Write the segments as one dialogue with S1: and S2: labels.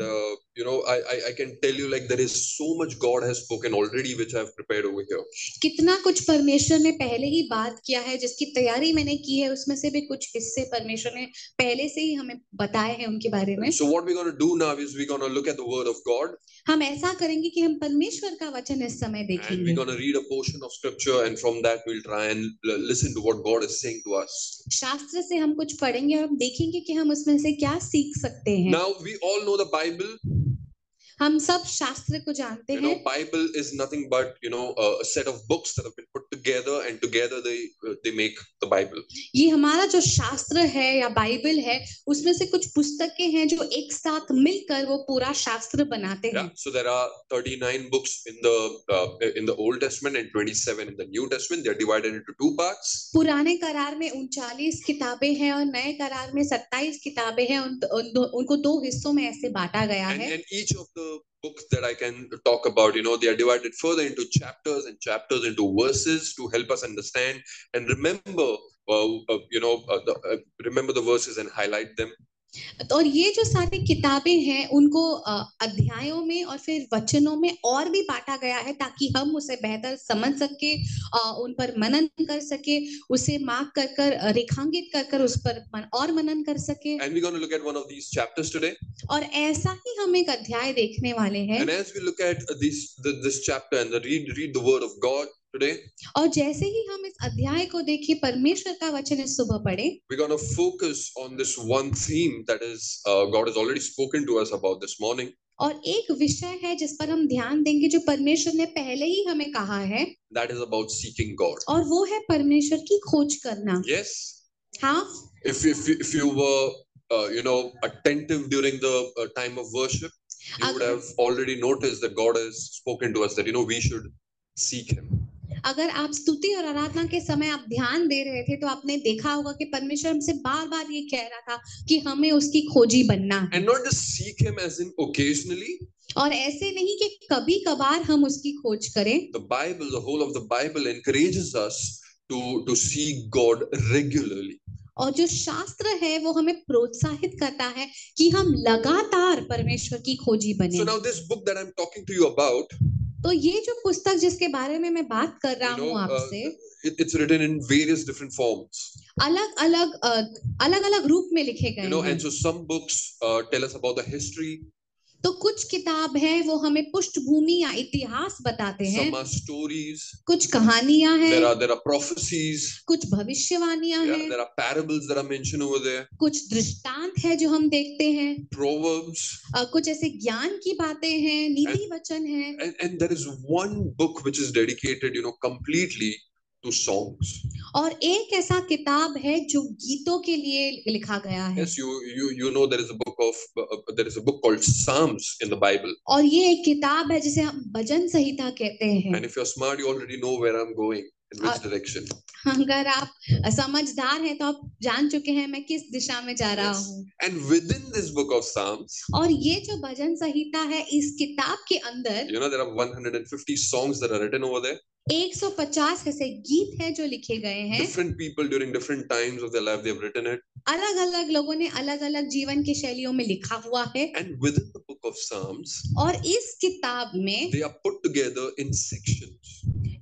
S1: uh, you know I, I i can tell you like there is so much god has spoken already which i've prepared over here
S2: कितना कुछ परमेश्वर ने पहले ही बात किया है जिसकी तैयारी मैंने की है उसमें से भी कुछ हिस्से परमेश्वर ने पहले से ही हमें बताए हैं उनके बारे में
S1: so what we're going to do now is we're going to look at the word of god
S2: हम ऐसा करेंगे कि हम परमेश्वर का वचन इस समय
S1: and we're
S2: देखेंगे
S1: going to read a portion of scripture and from that we'll try and l- listen to what god is saying to us
S2: शास्त्र से हम कुछ पढ़ेंगे और हम देखेंगे कि हम उसमें से क्या सीख सकते हैं
S1: now we all know the bible
S2: हम सब शास्त्र को जानते
S1: you
S2: हैं
S1: know bible is nothing but you know a, a set of books that have been put together and together they uh, they make the bible
S2: ये हमारा जो शास्त्र है या बाइबल है उसमें से कुछ पुस्तकें हैं जो एक साथ मिलकर वो पूरा शास्त्र बनाते
S1: yeah
S2: हैं
S1: so there are 39 books in the uh, in the old testament and 27 in the new testament they're divided into two parts
S2: पुराने करार में उनचालीस किताबें हैं और नए करार में सत्ताईस किताबें हैं उन, उन दो, उनको दो हिस्सों में ऐसे बांटा गया
S1: and,
S2: है
S1: and each of the books that i can talk about you know they are divided further into chapters and chapters into verses to help us understand and remember uh, uh, you know uh, the, uh, remember the verses and highlight them
S2: तो और ये जो सारी किताबें हैं उनको अ, अध्यायों में और फिर वचनों में और भी बांटा गया है ताकि हम उसे बेहतर समझ सके अ, उन पर मनन कर सके उसे मार्क कर कर अ, रेखांकित कर कर उस पर मन, और मनन कर सके
S1: and we're going to look at one of these chapters today
S2: और ऐसा ही हम एक अध्याय देखने वाले हैं
S1: And as we look at this the, this chapter and the read read the word of God today,
S2: और जैसे ही हम इस अध्याय को देखें परमेश्वर का वचन इस सुबह पढ़े
S1: we're going to focus on this one theme that is uh, God has already spoken to us about this morning.
S2: और एक विषय है जिस पर हम ध्यान देंगे जो परमेश्वर ने पहले ही हमें कहा है
S1: That is about seeking God.
S2: और वो है परमेश्वर की खोज करना
S1: Yes,
S2: हाँ
S1: if if you- if you were uh, you know attentive during the uh, time of worship, you would
S2: Okay.
S1: have already noticed that God has spoken to us that you know we should seek Him.
S2: अगर आप स्तुति और आराधना के समय आप ध्यान दे रहे थे तो आपने देखा होगा कि परमेश्वर हमसे बार बार ये कह रहा था कि हमें उसकी खोजी बनना है
S1: And not just seek Him as in occasionally.
S2: और ऐसे नहीं कि कभी कभार हम उसकी खोज करें
S1: The Bible, the whole of the Bible, encourages us to to seek God regularly.
S2: और जो शास्त्र है वो हमें प्रोत्साहित करता है कि हम लगातार परमेश्वर की खोजी
S1: So
S2: बने
S1: now this book that I'm talking to you about,
S2: तो ये जो पुस्तक जिसके बारे में मैं बात कर रहा
S1: you know,
S2: हूँ
S1: uh,
S2: आपसे
S1: it, it's written in various different forms,
S2: अलग अलग अलग अलग रूप में लिखे
S1: you
S2: गए
S1: know,
S2: हैं
S1: and so some books uh, tell us about the history,
S2: तो कुछ किताब है वो हमें पृष्ठभूमि या इतिहास बताते हैं
S1: some are stories,
S2: कुछ कहानियां
S1: there
S2: हैं
S1: are there are prophecies,
S2: कुछ भविष्यवाणियां
S1: yeah,
S2: हैं
S1: there are parables that are mentioned over there,
S2: कुछ दृष्टांत है जो हम देखते हैं
S1: proverbs,
S2: अ, कुछ ऐसे ज्ञान की बातें हैं नीति वचन है
S1: and, and there is one book which is dedicated, you know, completely to songs.
S2: और एक ऐसा किताब है जो गीतों के लिए लिखा गया है
S1: Yes, you you you know there is a book of uh, uh, there is a book called Psalms in the Bible,
S2: और ये एक किताब है जिसे हम भजन संहिता कहते हैं
S1: and if you're smart, you already know where I'm going in which
S2: Uh,
S1: direction.
S2: अगर आप समझदार हैं तो आप जान चुके हैं मैं किस दिशा में जा रहा
S1: Yes.
S2: हूँ
S1: And within this book of Psalms,
S2: और ये जो भजन संहिता है इस किताब के अंदर
S1: you know, there are 150 songs that are written over there.
S2: 150 ऐसे गीत हैं जो लिखे गए हैं
S1: Different people during different times of their life, they've written it.
S2: अलग अलग लोगों ने अलग अलग जीवन की शैलियों में लिखा हुआ है
S1: And within the book of Psalms,
S2: और इस किताब में
S1: they are put together in sections.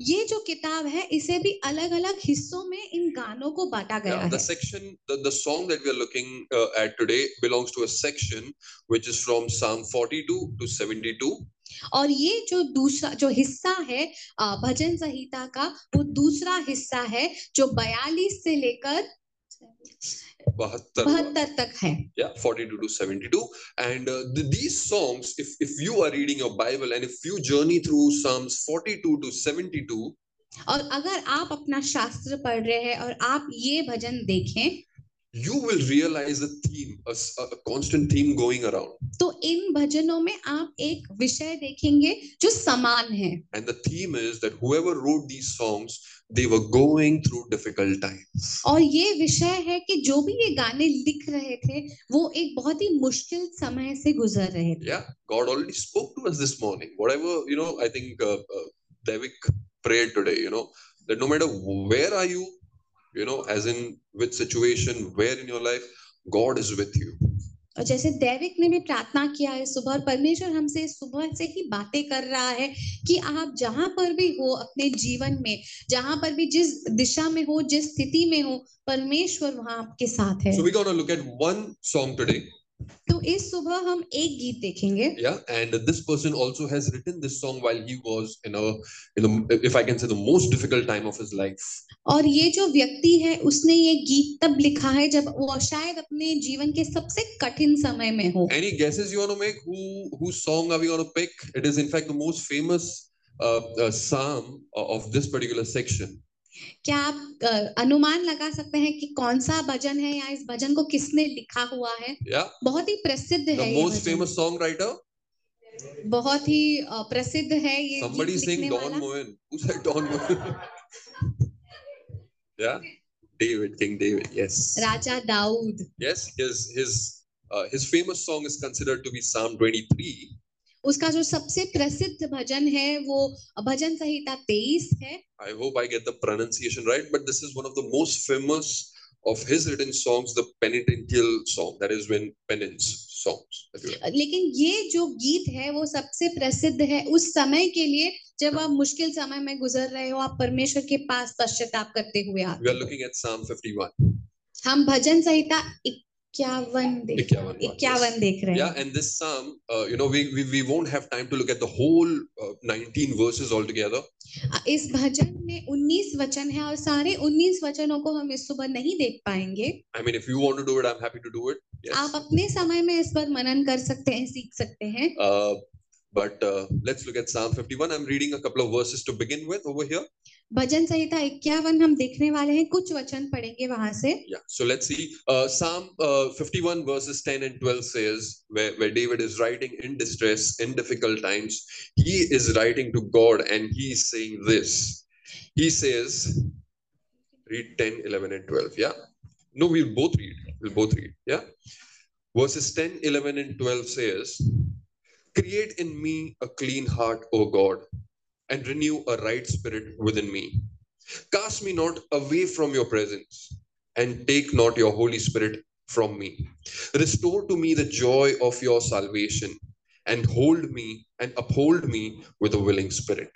S2: ये जो किताब है इसे भी अलग अलग हिस्सों में इन गानों को बांटा गया
S1: Yeah,
S2: है
S1: the section, the, the song that we are looking uh, at today belongs to a section which is from Psalm 42 to 72.
S2: और ये जो दूसरा जो हिस्सा है अ, भजन संहिता का वो दूसरा हिस्सा है जो बयालीस से लेकर
S1: 72.
S2: बहत्तर तक है
S1: yeah 42 to 72 and uh, th- these songs if if you are reading your bible and if you journey through psalms 42 to 72
S2: और अगर आप अपना शास्त्र पढ़ रहे हैं और आप ये भजन देखें
S1: you will realize a theme a, s- a- a constant theme going around
S2: तो इन भजनों में आप एक विषय देखेंगे जो समान है
S1: and the theme is that whoever wrote these songs they were going through difficult times
S2: और ये विषय है कि जो भी ये गाने लिख रहे थे वो एक बहुत ही मुश्किल समय से गुजर रहे थे
S1: yeah god already spoke to us this morning whatever you know i think uh, uh, devik prayed today you know that no matter where are you you know as in which situation where in your life god is with you
S2: और जैसे दैविक ने भी प्रार्थना किया है सुबह और परमेश्वर हमसे सुबह से ही बातें कर रहा है कि आप जहां पर भी हो अपने जीवन में जहां पर भी जिस दिशा में हो जिस स्थिति में हो परमेश्वर वहां आपके साथ है
S1: So we're gonna look at one song today.
S2: तो इस सुबह हम एक गीत देखेंगे
S1: Yeah, and this person also has written this song while he was in a, in the, if I can say, the most difficult time of his life.
S2: और ये जो व्यक्ति है उसने ये गीत तब लिखा है जब वो शायद अपने जीवन के सबसे कठिन समय में हो
S1: Any guesses you want to make? Who whose song are we gonna pick? It is in fact the most famous uh, uh, psalm o- of this particular section.
S2: क्या आप अ, अनुमान लगा सकते हैं कि कौन सा भजन है या इस भजन को किसने लिखा हुआ है
S1: Yeah,
S2: बहुत ही प्रसिद्ध है
S1: the
S2: ये
S1: most
S2: भजन।
S1: famous songwriter.
S2: बहुत ही अ, प्रसिद्ध है ये गीत
S1: Somebody
S2: लिखने
S1: saying Don
S2: वाला
S1: Moen. Who said Don Moen? yeah, David King David. Yes.
S2: Raja Dawood
S1: Yes, his his uh, his famous song is considered to be Psalm 23,
S2: उसका जो सबसे प्रसिद्ध भजन है वो भजन संहिता तेईस है
S1: I hope I get the pronunciation right, but this is one of the most famous of his written songs, the penitential song. That is when penance songs. if you like.
S2: लेकिन ये जो गीत है वो सबसे प्रसिद्ध है उस समय के लिए जब आप मुश्किल समय में गुजर रहे हो आप परमेश्वर के पास पश्चाताप करते हुए आते
S1: We are looking at Psalm 51.
S2: हो। हम भजन संहिता इक्यावन देख
S1: 51, yes.
S2: इक्यावन देख रहे
S1: Yeah,
S2: हैं
S1: and this psalm, uh, you know, we, we we won't have time to look at the whole uh, 19 verses altogether.
S2: हाँ, इस भजन में 19 वचन है और सारे 19 वचनों को हम इस सुबह नहीं देख पाएंगे
S1: I mean, if you want to do it, I'm happy to do it.
S2: आप
S1: Yes.
S2: अपने समय में इस पर मनन कर सकते हैं सीख सकते हैं
S1: Uh, but uh, let's look at Psalm 51. I'm reading a couple of verses to begin with over here.
S2: भजन संहिता इक्यावन हम देखने वाले हैं कुछ वचन पढ़ेंगे वहां से
S1: Yeah, so let's see. Uh, Psalm uh, 51 verses 10 and 12 says, where, where David is writing in distress, in difficult times, he is writing to God and he is saying this. He says, read 10, 11, and 12. Yeah. No, we'll both read. We'll both read. Yeah. Verses 10, 11, and 12 says, Create in me a clean heart, O God, and renew a right spirit within me. Cast me not away from your presence, and take not your Holy Spirit from me. Restore to me the joy of your salvation, and hold me and uphold me with a willing spirit.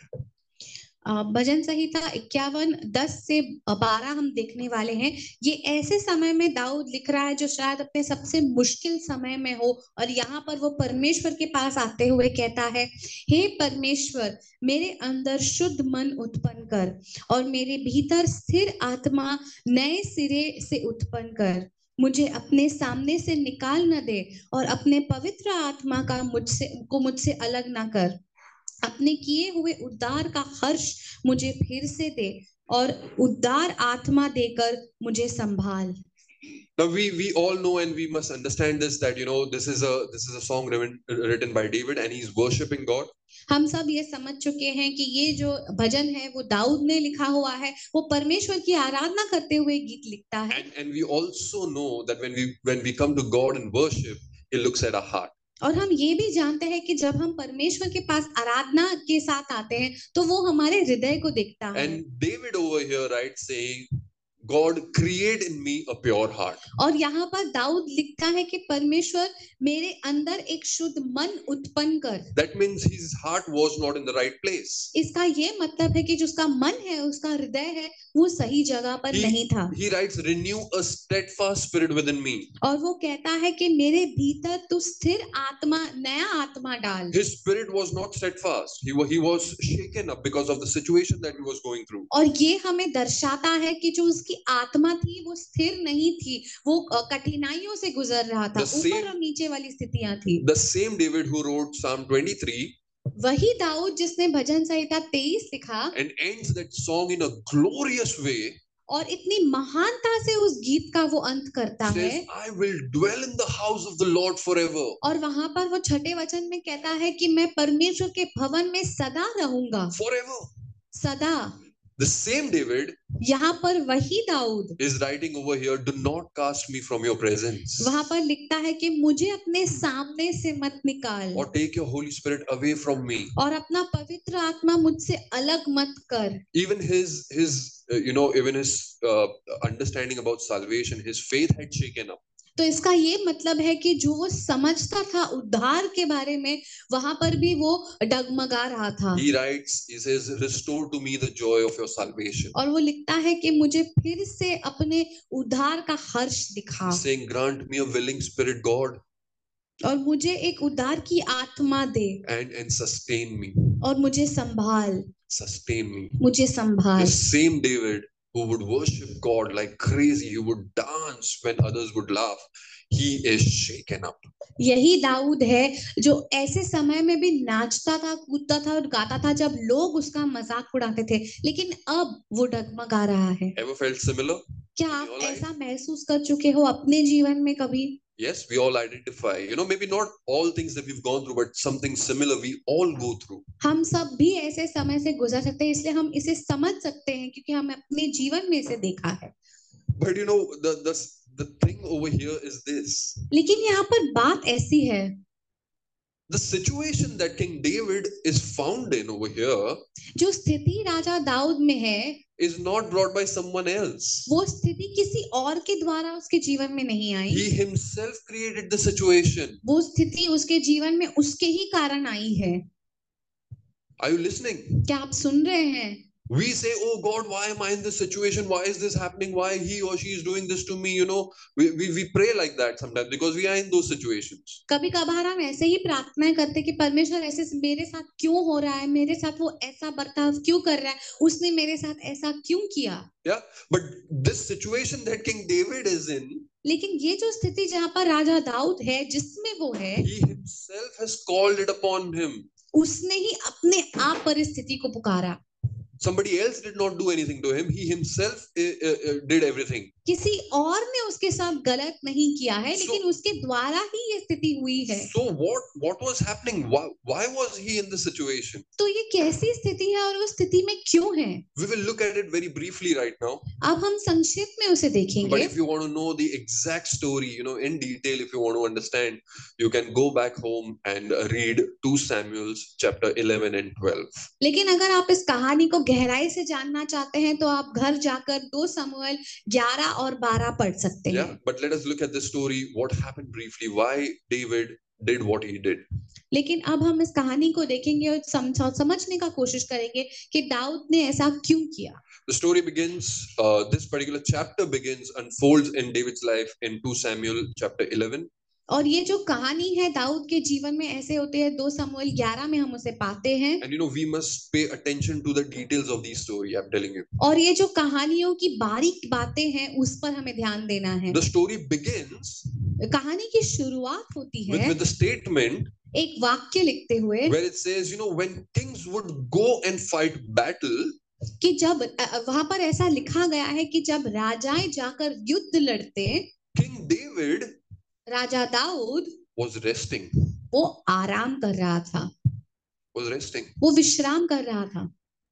S2: अ, भजन संहिता इक्यावन दस से बारह हम देखने वाले हैं ये ऐसे समय में दाऊद लिख रहा है जो शायद अपने सबसे मुश्किल समय में हो और यहाँ पर वो परमेश्वर के पास आते हुए कहता है हे परमेश्वर मेरे अंदर शुद्ध मन उत्पन्न कर और मेरे भीतर स्थिर आत्मा नए सिरे से उत्पन्न कर मुझे अपने सामने से निकाल न दे और अपने पवित्र आत्मा का मुझसे को मुझसे अलग ना कर अपने किए हुए उद्धार का हर्ष मुझे फिर से दे और उद्धार आत्मा देकर मुझे संभाल
S1: Now we we all know and we must understand this that you know this is a this is a song written, written by David and he's worshiping God.
S2: हम सब ये समझ चुके हैं कि ये जो भजन है वो दाऊद ने लिखा हुआ है वो परमेश्वर की आराधना करते हुए गीत लिखता है
S1: And and we also know that when we when we come to God in worship, He looks at our heart.
S2: और हम ये भी जानते हैं कि जब हम परमेश्वर के पास आराधना के साथ आते हैं तो वो हमारे हृदय को देखता है
S1: And David over here, right, saying, God, create in me a pure heart.
S2: और यहाँ पर दाऊद लिखता है कि परमेश्वर मेरे अंदर एक शुद्ध मन उत्पन्न कर
S1: That means his heart was not in the right place.
S2: इसका ये मतलब है कि जो उसका मन है उसका हृदय है वो सही जगह पर
S1: He-
S2: नहीं था
S1: He writes, renew a steadfast spirit within me.
S2: और वो कहता है कि मेरे भीतर तू स्थिर आत्मा नया आत्मा डाल
S1: His spirit was not steadfast. He, wa- he was shaken up because of the situation that he was going through.
S2: और ये हमें दर्शाता है कि जो उसकी आत्मा थी वो स्थिर नहीं थी वो अ, कठिनाइयों से गुजर रहा था
S1: The same-
S2: ऊपर और नीचे वाली स्थितियां थी
S1: The same David who wrote Psalm 23
S2: वही दाऊद जिसने भजन संहिता तेईस लिखा
S1: and ends that song in a glorious way
S2: और इतनी महानता से उस गीत का वो अंत करता है
S1: says, I will dwell in the house of the Lord forever.
S2: और वहां पर वो छठे वचन में कहता है कि मैं परमेश्वर के भवन में सदा रहूंगा
S1: Forever.
S2: सदा
S1: The same David
S2: यहाँ पर वही Dawood
S1: is writing over here do not cast me from your presence
S2: वहां पर लिखता है कि मुझे अपने सामने से मत निकाल
S1: or take your holy spirit away from me
S2: और अपना पवित्र आत्मा मुझसे अलग मत कर
S1: even his his uh, you know even his uh, understanding about salvation his faith had shaken up
S2: तो इसका ये मतलब है कि जो वो समझता था उद्धार के बारे में वहां पर भी वो डगमगा रहा था
S1: He writes, He says, Restore to me the joy of your salvation.
S2: और वो लिखता है कि मुझे फिर से अपने उद्धार का हर्ष दिखा
S1: Saying, Grant me a willing spirit, God,
S2: और मुझे एक उद्धार की आत्मा दे
S1: and, and sustain me.
S2: और मुझे संभाल
S1: Sustain me.
S2: मुझे संभाल
S1: The same David who would worship God like crazy, he would dance when others would laugh. He is shaken up.
S2: यही दाऊद है जो ऐसे समय में भी नाचता था कूदता था और गाता था जब लोग उसका मजाक उड़ाते थे लेकिन अब वो डगमगा रहा है
S1: Ever felt similar?
S2: क्या आप
S1: Alright.
S2: ऐसा महसूस कर चुके हो अपने जीवन में कभी
S1: Yes, we all identify. You know, maybe not all things that we've gone through, but something similar we all go through.
S2: हम सब भी ऐसे समय से गुजर सकते हैं इसलिए हम इसे समझ सकते हैं क्योंकि हम अपने जीवन में इसे देखा है
S1: But you know, the the the thing over here is this:
S2: लेकिन यहाँ पर बात ऐसी है
S1: the situation that King David is found in over here
S2: जो स्थिति राजा दाऊद में है
S1: is not brought by someone else.
S2: वो स्थिति किसी और के द्वारा उसके जीवन में नहीं आई
S1: He himself created the situation.
S2: वो स्थिति उसके जीवन में उसके ही कारण आई है
S1: Are you listening?
S2: क्या आप सुन रहे हैं
S1: We say, "Oh God, why am I in this situation? Why is this happening? Why he or she is doing this to me?" You know, we we, we pray like that sometimes because we are in those situations.
S2: कभी कभार हम ऐसे ही प्रार्थनाएं करते हैं कि परमेश्वर ऐसे मेरे साथ क्यों हो रहा है मेरे साथ वो ऐसा बर्ताव क्यों कर रहा है उसने मेरे साथ ऐसा क्यों किया
S1: But this situation that King David is in,
S2: लेकिन ये जो स्थिति जहाँ पर राजा दाऊद है जिसमें वो है
S1: he himself has called it upon him.
S2: उसने ही अपने आप पर इस स्थिति को पुकारा
S1: Somebody else did not do anything to him. He himself uh, uh, uh, did everything.
S2: किसी और ने उसके साथ गलत नहीं किया है लेकिन उसके द्वारा ही ये स्थिति हुई है
S1: So what what was happening? Why why was he in this situation?
S2: तो ये कैसी स्थिति है और उस स्थिति में क्यों है
S1: We will look at it very briefly right now.
S2: अब हम संक्षेप में उसे
S1: But
S2: देखेंगे
S1: if you want to know the exact story, you know, in detail, if you want to understand, you can go back home and uh, read 2 Samuel's chapter 11 and 12.
S2: लेकिन अगर आप इस कहानी को गहराई से जानना चाहते हैं तो आप घर जाकर दो समूएल 11 और 12 पढ़ सकते हैं
S1: Yeah. But let us look at the story, what happened briefly, why David did what he did.
S2: लेकिन अब हम इस कहानी को देखेंगे और समझा समझने का कोशिश करेंगे कि दाऊद ने ऐसा क्यों किया
S1: The story begins, uh, this particular chapter begins, unfolds in David's life in 2 Samuel chapter 11.
S2: और ये जो कहानी है दाऊद के जीवन में ऐसे होते हैं दो समूएल 11 में हम उसे पाते हैं
S1: And you know, we must pay attention to the details of these story. I'm telling you.
S2: और ये जो कहानियों की बारीक बातें हैं उस पर हमें ध्यान देना है
S1: The story begins
S2: कहानी की शुरुआत होती
S1: with,
S2: है
S1: with the statement
S2: एक वाक्य लिखते हुए
S1: where it says, you know, when kings would go and fight battle,
S2: कि जब वहां पर ऐसा लिखा गया है कि जब राजाएं जाकर युद्ध लड़ते
S1: King David
S2: Raja Dawood
S1: was resting,
S2: वो आराम कर रहा था
S1: was resting.
S2: वो विश्राम कर रहा था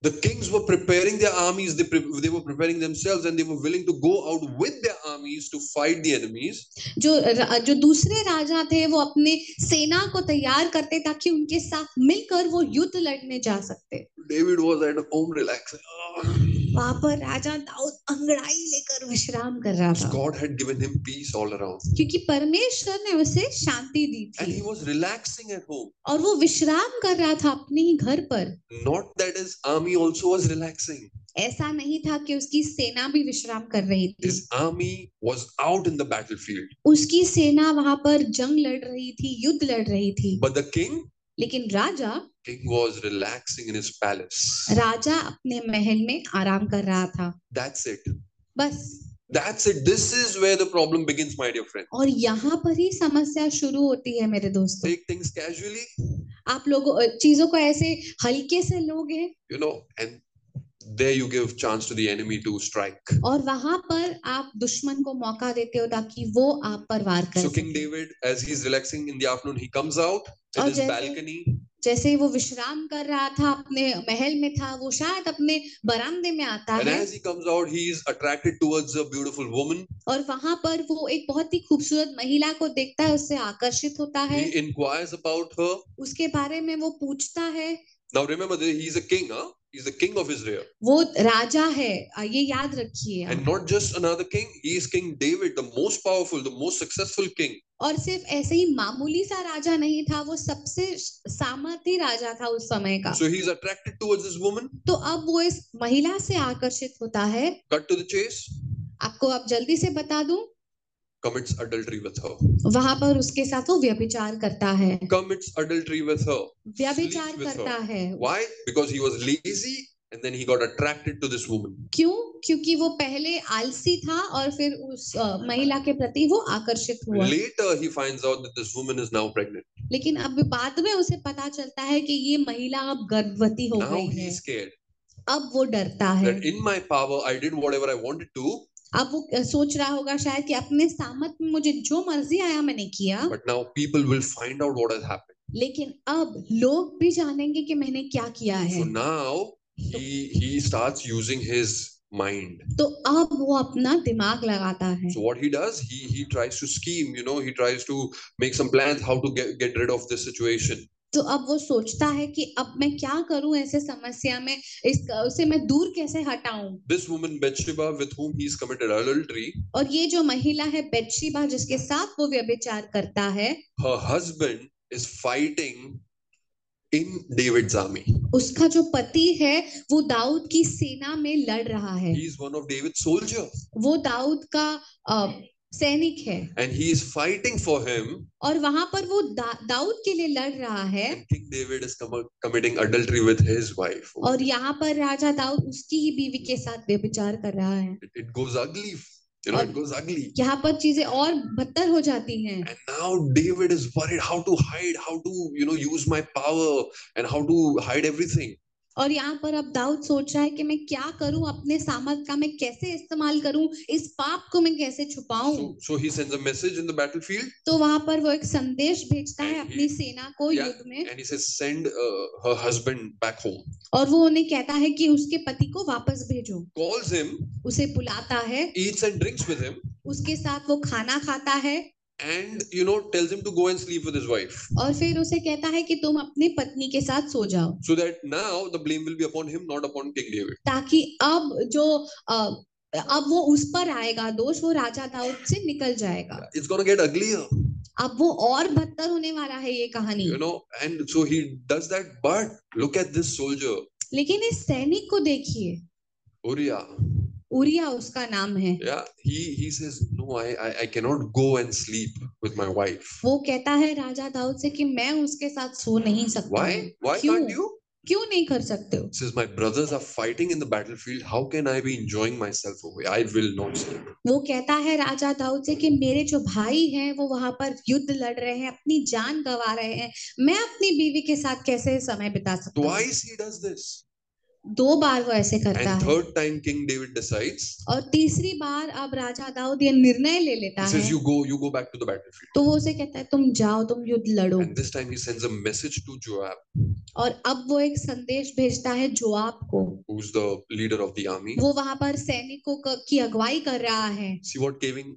S1: The kings were preparing their armies, they, pre- they were preparing themselves, and they were willing to go out with their armies to fight the enemies.
S2: जो र- जो दूसरे राजा थे वो अपने सेना को तैयार करते ताकि उनके साथ मिलकर वो युद्ध लड़ने जा सकते
S1: David was at home relaxing. Ah.
S2: वहां पर राजा दाऊद अंगड़ाई लेकर विश्राम कर रहा था
S1: God had given him peace all around,
S2: क्योंकि परमेश्वर ने उसे शांति दी
S1: and he
S2: थी
S1: was relaxing at home.
S2: और वो विश्राम कर रहा था अपने ही घर पर
S1: Not that his army also was relaxing.
S2: ऐसा नहीं था कि उसकी सेना भी विश्राम कर रही थी
S1: His army was out in the battlefield,
S2: उसकी सेना वहां पर जंग लड़ रही थी युद्ध लड़ रही थी
S1: but the king,
S2: लेकिन राजा
S1: king was relaxing in his palace.
S2: राजा अपने महल में आराम कर रहा था
S1: That's it.
S2: बस
S1: That's it. This is where the problem begins, my dear friend.
S2: और यहाँ पर ही समस्या शुरू होती है मेरे दोस्तों
S1: Take things casually,
S2: आप लोगों चीजों को ऐसे हल्के से लोगे
S1: you know, and there you give chance to the enemy to strike.
S2: और वहां पर आप दुश्मन को मौका देते हो ताकि वो आप पर वार कर
S1: So King
S2: सके।
S1: David, as he's relaxing in the afternoon, he comes out in
S2: और
S1: his
S2: जैसे-
S1: balcony.
S2: जैसे ही वो विश्राम कर रहा था अपने महल में था वो शायद अपने बरामदे में आता
S1: And
S2: है
S1: as he comes out, he is attracted towards a beautiful woman.
S2: और वहां पर वो एक बहुत ही खूबसूरत महिला को देखता है उससे आकर्षित होता है
S1: He inquires about her.
S2: उसके बारे में वो पूछता है
S1: Now remember that he's a king, huh? He's the king of Israel.
S2: वो राजा है अ, ये याद रखिए
S1: And
S2: आप।
S1: not just another king, he is King David, the most powerful, the most successful king.
S2: और सिर्फ ऐसे ही मामूली सा राजा नहीं था वो सबसे सामर्थी राजा था उस समय का
S1: So he's attracted towards this woman,
S2: तो अब वो इस महिला से आकर्षित होता है
S1: cut to the chase,
S2: आपको अब जल्दी से बता दूं
S1: commits adultery with her.
S2: वहां पर उसके साथ वो व्यभिचार करता है
S1: Commits adultery with her.
S2: व्यभिचार
S1: Sleeps with
S2: करता है
S1: Why? Because he was lazy and then he got attracted to this woman.
S2: क्यों क्योंकि वो पहले आलसी था और फिर उस अ, महिला के प्रति वो आकर्षित हुआ
S1: Later, he finds out that this woman is now pregnant.
S2: लेकिन अब बाद में उसे पता चलता है कि ये महिला अब गर्भवती हो
S1: Now
S2: गई है
S1: he's scared
S2: अब वो डरता है
S1: that in my power, I did whatever I wanted to,
S2: अब वो अ, सोच रहा होगा शायद कि अपने सामर्थ्य में मुझे जो मर्जी आया मैंने किया
S1: but now people will find out what has happened.
S2: लेकिन अब लोग भी जानेंगे कि मैंने क्या किया है
S1: So now he he starts using his mind.
S2: तो अब वो अपना दिमाग लगाता है
S1: So what he does, he he tries to scheme. You know, he tries to make some plans how to get get rid of this situation.
S2: तो अब वो सोचता है कि अब मैं क्या करूं ऐसे समस्या में इस उसे मैं दूर कैसे हटाऊं
S1: This woman Bathsheba, with whom he's committed adultery,
S2: और ये जो महिला है बेटशीबा जिसके साथ वो व्यभिचार करता है
S1: her husband is fighting in David's army.
S2: उसका जो पति है वो दाऊद की सेना में लड़ रहा है
S1: He's one of David's soldiers,
S2: वो दाऊद का अ, सैनिक है
S1: and he is fighting for him.
S2: और वहां पर वो दा, दाऊद के लिए लड़ रहा है
S1: And King David is com- committing adultery with his wife.
S2: और यहाँ पर राजा दाऊद उसकी ही बीवी के साथ व्यभिचार कर रहा है
S1: It, it goes ugly. You know, it goes ugly.
S2: यहाँ पर चीजें और बदतर हो जाती हैं
S1: And now David is worried how to hide, how to, you know, use my power and how to hide everything.
S2: और यहाँ पर अब दाऊद सोच रहा है कि मैं क्या करूं अपने सामर्थ का मैं कैसे इस्तेमाल करूं इस पाप को मैं कैसे छुपाऊं
S1: So, so he sends a message in the battlefield
S2: तो वहां पर वो एक संदेश भेजता है
S1: And he-
S2: अपनी सेना को
S1: Yeah.
S2: युद्ध में
S1: and he says, send uh, her husband back home.
S2: और वो उन्हें कहता है कि उसके पति को वापस भेजो
S1: Calls him,
S2: उसे बुलाता है
S1: eats and drinks with him,
S2: उसके साथ वो खाना खाता है
S1: and, you know, tells him to go and sleep with his wife.
S2: और फिर उसे कहता है कि तुम अपनी पत्नी के साथ सो जाओ
S1: So that now the blame will be upon him, not upon King David.
S2: ताकि अब जो अ, अब वो उस पर आएगा दोष वो राजा दाऊद से निकल जाएगा
S1: It's going to get uglier,
S2: अब वो और बदतर होने वाला है ये कहानी
S1: you know. And so he does that. But look at this soldier,
S2: लेकिन इस सैनिक को देखिए
S1: Uriah.
S2: उरिया उसका नाम है
S1: Yeah, he he says, no, I, I I cannot go and sleep with my wife.
S2: वो कहता है राजा दाऊद से कि मैं उसके साथ सो नहीं सकता
S1: Why? Why
S2: क्यों?
S1: can't you?
S2: क्यों नहीं कर सकते हो
S1: He says, my brothers are fighting in the battlefield. How can I be enjoying myself away? I will not sleep.
S2: वो कहता है राजा दाऊद से कि मेरे जो भाई हैं वो वहां पर युद्ध लड़ रहे हैं अपनी जान गंवा रहे हैं मैं अपनी बीवी के साथ कैसे समय बिता सकता हूँ
S1: Twice he does this,
S2: दो बार वो ऐसे करता
S1: and
S2: है
S1: third time King David decides.
S2: और तीसरी बार अब राजा दाऊद ये निर्णय ले लेता
S1: He
S2: है
S1: says, you go, you go back to the battlefield.
S2: तो वो उसे कहता है तुम जाओ तुम युद्ध लड़ो
S1: And this time he sends a message to Joab,
S2: और अब वो एक संदेश भेजता है जोआब को
S1: who's the leader of the army.
S2: वो वहां पर सैनिकों क- की अगुवाई कर रहा है
S1: See what King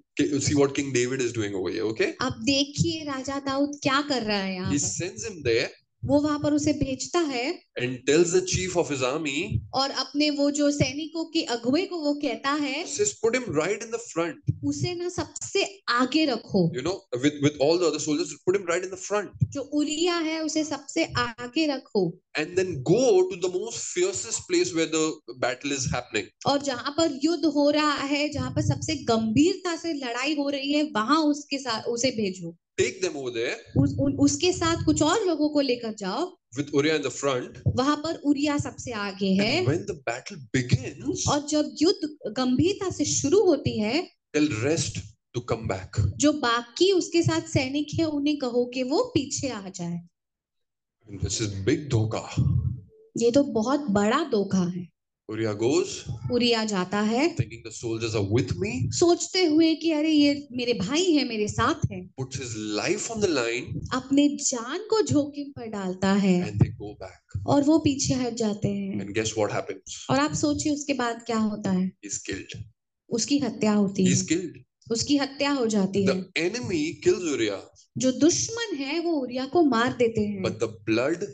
S1: see what King David is doing over here. Okay,
S2: आप देखिए राजा दाऊद क्या कर रहा है यहाँ
S1: he
S2: पर
S1: sends him there
S2: वो वहां पर उसे भेजता है
S1: and tells the chief of his army,
S2: और अपने वो जो सैनिकों के अगुवे को वो कहता है
S1: says, put him right in the front.
S2: उसे ना सबसे आगे रखो
S1: You know, with with all the other soldiers, put him right in the front,
S2: जो उलिया है उसे सबसे आगे रखो
S1: and then go to the most fiercest place where the battle is happening.
S2: और जहां पर युद्ध हो रहा है जहां पर सबसे गंभीरता से लड़ाई हो रही है वहां उसके साथ उसे भेजो
S1: Take them over there
S2: उस, उन, उसके साथ कुछ और लोगों को लेकर जाओ
S1: with Uriah in the front.
S2: वहां पर उरिया सबसे आगे है
S1: And when the battle begins,
S2: और जब युद्ध गंभीरता से शुरू होती है
S1: tell rest to come back.
S2: जो बाकी उसके साथ सैनिक है उन्हें कहो कि वो पीछे आ जाए
S1: And this is big dhoka.
S2: ये तो बहुत बड़ा धोखा है
S1: Uriah goes,
S2: उरिया जाता है
S1: thinking the soldiers are with me,
S2: सोचते हुए कि अरे ये मेरे भाई है मेरे साथ है
S1: puts his life on the line,
S2: अपने जान को जोखिम पर डालता है
S1: and they go back.
S2: और वो पीछे हट जाते हैं
S1: And guess what happens?
S2: और आप सोचिए उसके बाद क्या होता है
S1: He's killed.
S2: उसकी हत्या होती
S1: He's
S2: है
S1: killed.
S2: उसकी हत्या हो जाती है
S1: The enemy kills Uriah,
S2: जो दुश्मन Hmm. है वो उरिया को मार देते हैं
S1: but the blood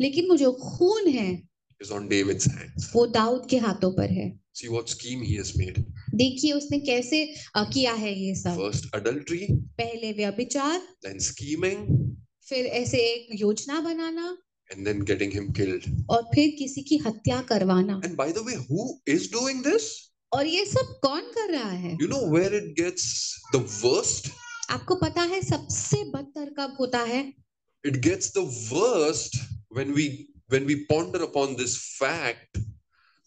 S2: लेकिन वो जो खून है
S1: is on David's hands.
S2: वो दाऊद के हाथों पर है
S1: See what scheme he has made.
S2: देखिए उसने कैसे अ, किया है ये सब
S1: First adultery,
S2: पहले व्यभिचार
S1: then scheming,
S2: फिर ऐसे एक योजना बनाना
S1: and then getting him killed.
S2: और फिर किसी की हत्या करवाना
S1: And by the way, who is doing this?
S2: और ये सब कौन कर रहा है
S1: You know where it gets the worst?
S2: आपको पता है सबसे बदतर कब होता है
S1: It gets the worst when we when we ponder upon this fact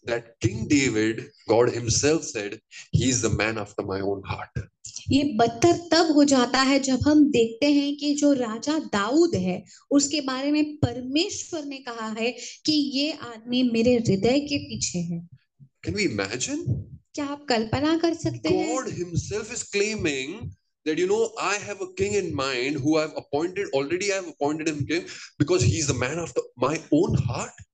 S1: that King David, God himself said, he is the man after my own heart.
S2: ये बदतर तब हो जाता है जब हम देखते हैं कि जो राजा दाऊद है उसके बारे में परमेश्वर ने कहा है कि ये आदमी मेरे हृदय के पीछे है
S1: Can we imagine?
S2: क्या आप कल्पना कर सकते हैं
S1: God Himself is claiming that you know I have a king in mind who I've appointed already. I've appointed him king because he's the man after my own heart.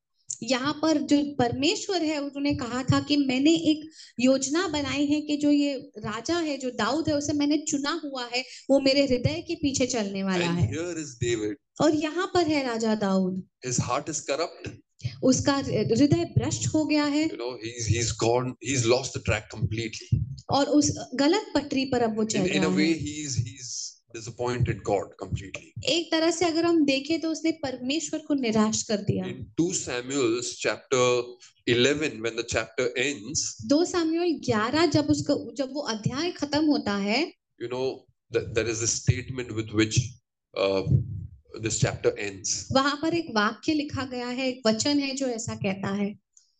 S2: यहाँ पर जो परमेश्वर है उन्होंने कहा था कि मैंने एक योजना बनाई है कि जो ये राजा है जो दाऊद है उसे मैंने चुना हुआ है वो मेरे हृदय के पीछे चलने वाला
S1: And
S2: है
S1: here is David.
S2: और यहाँ पर है राजा Dawood
S1: His heart is corrupt.
S2: उसका हृदय भ्रष्ट हो गया है
S1: You know he's he's gone. He's lost the track completely.
S2: और उस गलत पटरी पर अब वो चल
S1: In, in
S2: रहा
S1: a
S2: है
S1: way, he's he's disappointed God completely.
S2: एक तरह से अगर हम देखें तो उसने परमेश्वर को निराश कर दिया
S1: In two Samuel's chapter eleven, when the chapter ends,
S2: दो सामुएल 11 जब उसका जब वो अध्याय खत्म होता है
S1: you know that there is a statement with which uh, this chapter ends.
S2: वहां पर एक वाक्य लिखा गया है एक वचन है जो ऐसा कहता है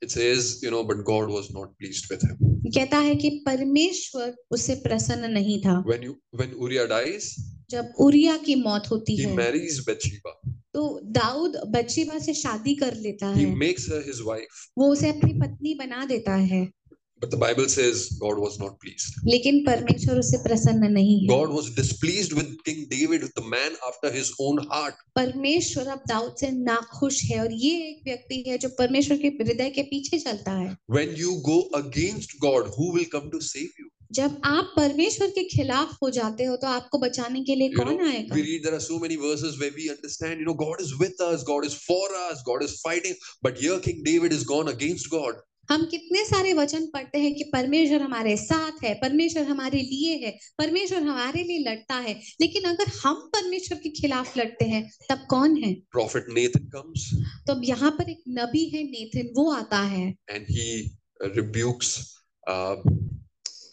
S1: it says, you know, but God was not pleased with him.
S2: कहता है कि परमेश्वर उससे प्रसन्न नहीं था
S1: When you when Uriah dies,
S2: जब उरिया की मौत होती
S1: he
S2: है
S1: marries Bathsheba.
S2: तो दाऊद बच्चीबा से शादी कर लेता
S1: He
S2: है
S1: makes her his wife.
S2: वो उसे अपनी पत्नी बना देता है
S1: But the Bible says God was not pleased.
S2: लेकिन परमेश्वर उससे प्रसन्न नहीं है
S1: God was displeased with King David, with the man after his own heart.
S2: परमेश्वर अब दाऊद से नाखुश है और ये एक व्यक्ति है जो परमेश्वर के हृदय के पीछे चलता है
S1: When you go against God, who will come to save you?
S2: जब आप परमेश्वर के खिलाफ हो जाते हो तो आपको बचाने के लिए
S1: You
S2: कौन
S1: know,
S2: आएगा
S1: we read there are so many verses where we understand, you know, God is with us, God is for us, God is fighting. But here King David is gone against God.
S2: हम कितने सारे वचन पढ़ते हैं कि परमेश्वर हमारे साथ है परमेश्वर हमारे लिए है परमेश्वर हमारे लिए लड़ता है लेकिन अगर हम परमेश्वर के खिलाफ लड़ते हैं तब कौन है
S1: Prophet Nathan comes
S2: तो अब यहाँ पर एक नबी है नेथन वो आता है
S1: and he uh, rebukes uh,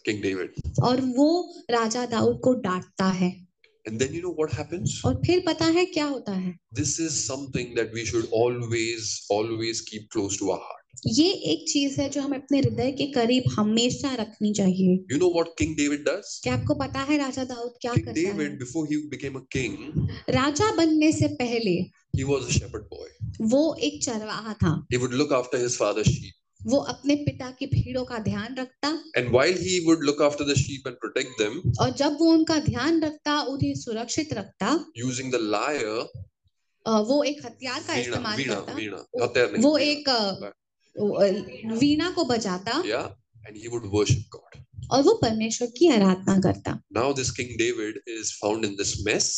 S1: King David.
S2: और वो राजा दाऊद को डांटता है
S1: And then you know what happens?
S2: और फिर पता है क्या होता है
S1: This is something that we should always, always keep close to our heart.
S2: ये एक चीज है जो हमें अपने हृदय के करीब हमेशा रखनी चाहिए
S1: You know what King David does?
S2: क्या आपको पता है राजा दाऊद क्या
S1: King
S2: करता
S1: David, before he became a king,
S2: है राजा बनने से पहले
S1: he was a shepherd boy.
S2: वो एक चरवाहा था
S1: He would look after his father's sheep.
S2: वो अपने पिता की भीड़ों का ध्यान रखता
S1: And while he would look after the sheep and protect them,
S2: और जब वो उनका ध्यान रखता उन्हें सुरक्षित रखता
S1: using the lyre,
S2: अ, वो एक हथियार का
S1: veena,
S2: इस्तेमाल
S1: veena,
S2: करता
S1: veena, hatyar nahi,
S2: वो
S1: veena.
S2: एक अ, अ, वीणा को बजाता
S1: yeah, and he would worship God.
S2: और वो परमेश्वर की आराधना करता
S1: Now this King David is found in this mess.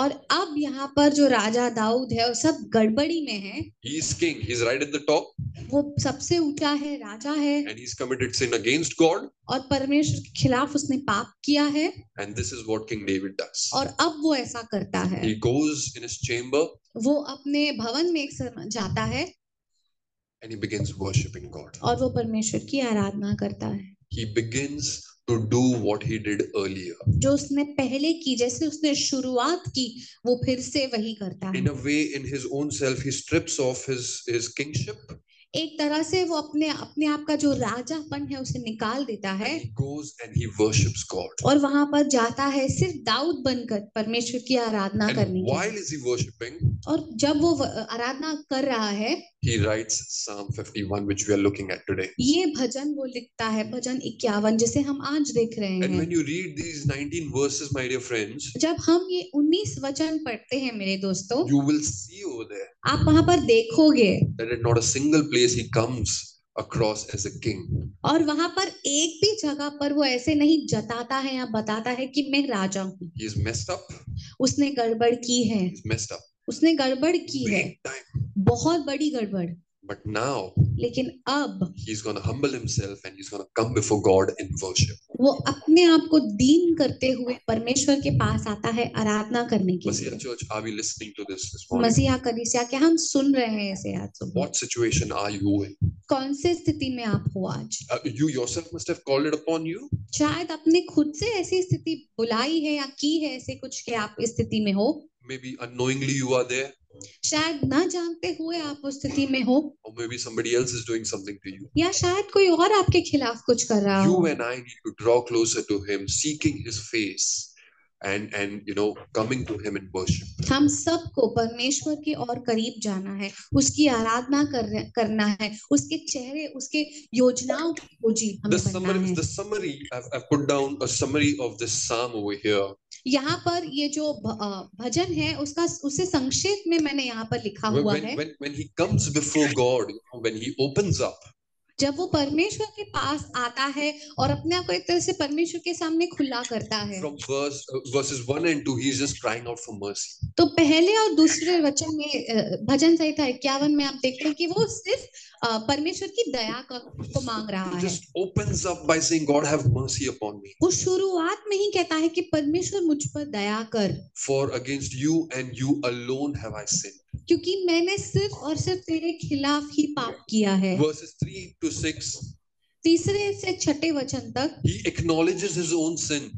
S2: और अब यहाँ पर जो राजा दाऊद है वो सब गड़बड़ी में है
S1: He is king. He's right at the top,
S2: वो सबसे ऊंचा है राजा है
S1: and he's committed sin against God.
S2: और परमेश्वर के खिलाफ उसने पाप किया है
S1: And this is what King David does.
S2: और अब वो ऐसा करता है
S1: He goes in his chamber
S2: वो अपने भवन में एक सम- जाता है
S1: and he begins worshipping God.
S2: और वो परमेश्वर की आराधना करता है
S1: He begins to do what he did earlier.
S2: जो उसने पहले की जैसे उसने शुरुआत की वो फिर से वही करता है
S1: In a way, in his own self, he strips off his, his kingship.
S2: एक तरह से वो अपने अपने आप का जो राजापन है उसे निकाल देता है
S1: And he goes and he worships God.
S2: और वहां पर जाता है सिर्फ दाऊद बनकर परमेश्वर की आराधना करने
S1: And
S2: के
S1: while
S2: लिए।
S1: is he worshipping,
S2: और जब वो व- आराधना कर रहा है
S1: he writes Psalm 51, which we are looking at today.
S2: ये भजन वो लिखता है भजन इक्यावन जिसे हम आज देख रहे
S1: And
S2: हैं
S1: when you read these 19 verses, my dear friends,
S2: जब हम ये उन्नीस वचन पढ़ते हैं मेरे दोस्तों
S1: you will see over there
S2: आप वहां पर देखोगे
S1: that at not a single place he comes across as a king.
S2: और वहां पर एक भी जगह पर वो ऐसे नहीं जताता है या बताता है कि मैं राजा हूँ
S1: He's messed up.
S2: उसने गड़बड़ की है
S1: He's messed up.
S2: उसने गड़बड़ की है
S1: Big time.
S2: बहुत बड़ी गड़बड़
S1: But now
S2: लेकिन अब
S1: he's going to humble himself and he's going to come before God in worship.
S2: वो अपने आप को दीन करते हुए परमेश्वर के पास आता है आराधना करने के
S1: Messiah
S2: लिए
S1: Church, are we listening to this this morning?
S2: मसीहा कलीसिया क्या हम सुन रहे हैं इसे आज सुबह
S1: What situation are you in?
S2: कौन से स्थिति में आप हो आज
S1: Uh, you yourself must have called it upon you.
S2: शायद आपने खुद से ऐसी स्थिति बुलाई है या की है ऐसे कुछ कि आप इस स्थिति में हो
S1: Maybe unknowingly you are there,
S2: शायद ना जानते हुए आप उस स्थिति में हो
S1: or maybe somebody else is doing something to you.
S2: या शायद कोई और आपके खिलाफ कुछ कर रहा हो
S1: You and I need to draw closer to Him, seeking His face, and and you know coming to Him in worship.
S2: हम सबको परमेश्वर के और करीब जाना है उसकी आराधना कर, करना है उसके चेहरे उसके योजनाओं की खोजी हमें
S1: The
S2: बनना
S1: summary,
S2: है
S1: the summary. I've, I've put down a summary of this psalm over here.
S2: यहाँ पर ये जो भ- अ, भजन है उसका उसे संक्षेप में मैंने यहाँ पर लिखा
S1: When
S2: हुआ
S1: when,
S2: है
S1: when when He comes before God, you know, when He opens up,
S2: जब वो परमेश्वर के पास आता है और अपने आप को एक तरह से परमेश्वर के सामने खुला करता है
S1: from verse uh, verses one and two, He's just crying out for mercy.
S2: तो पहले और दूसरे वचन में अ, भजन संहिता इक्यावन में आप देखते हैं कि वो सिर्फ अ, परमेश्वर की दया का- को मांग रहा
S1: He
S2: है
S1: just opens up by saying, God, have mercy upon me.
S2: वो शुरुआत में ही कहता है कि परमेश्वर मुझ पर दया कर
S1: For against you and you alone have I sinned.
S2: क्योंकि मैंने सिर्फ और सिर्फ तेरे खिलाफ ही पाप किया है
S1: Verses 3 to 6,
S2: तीसरे से छठे वचन तक
S1: he acknowledges his own sin.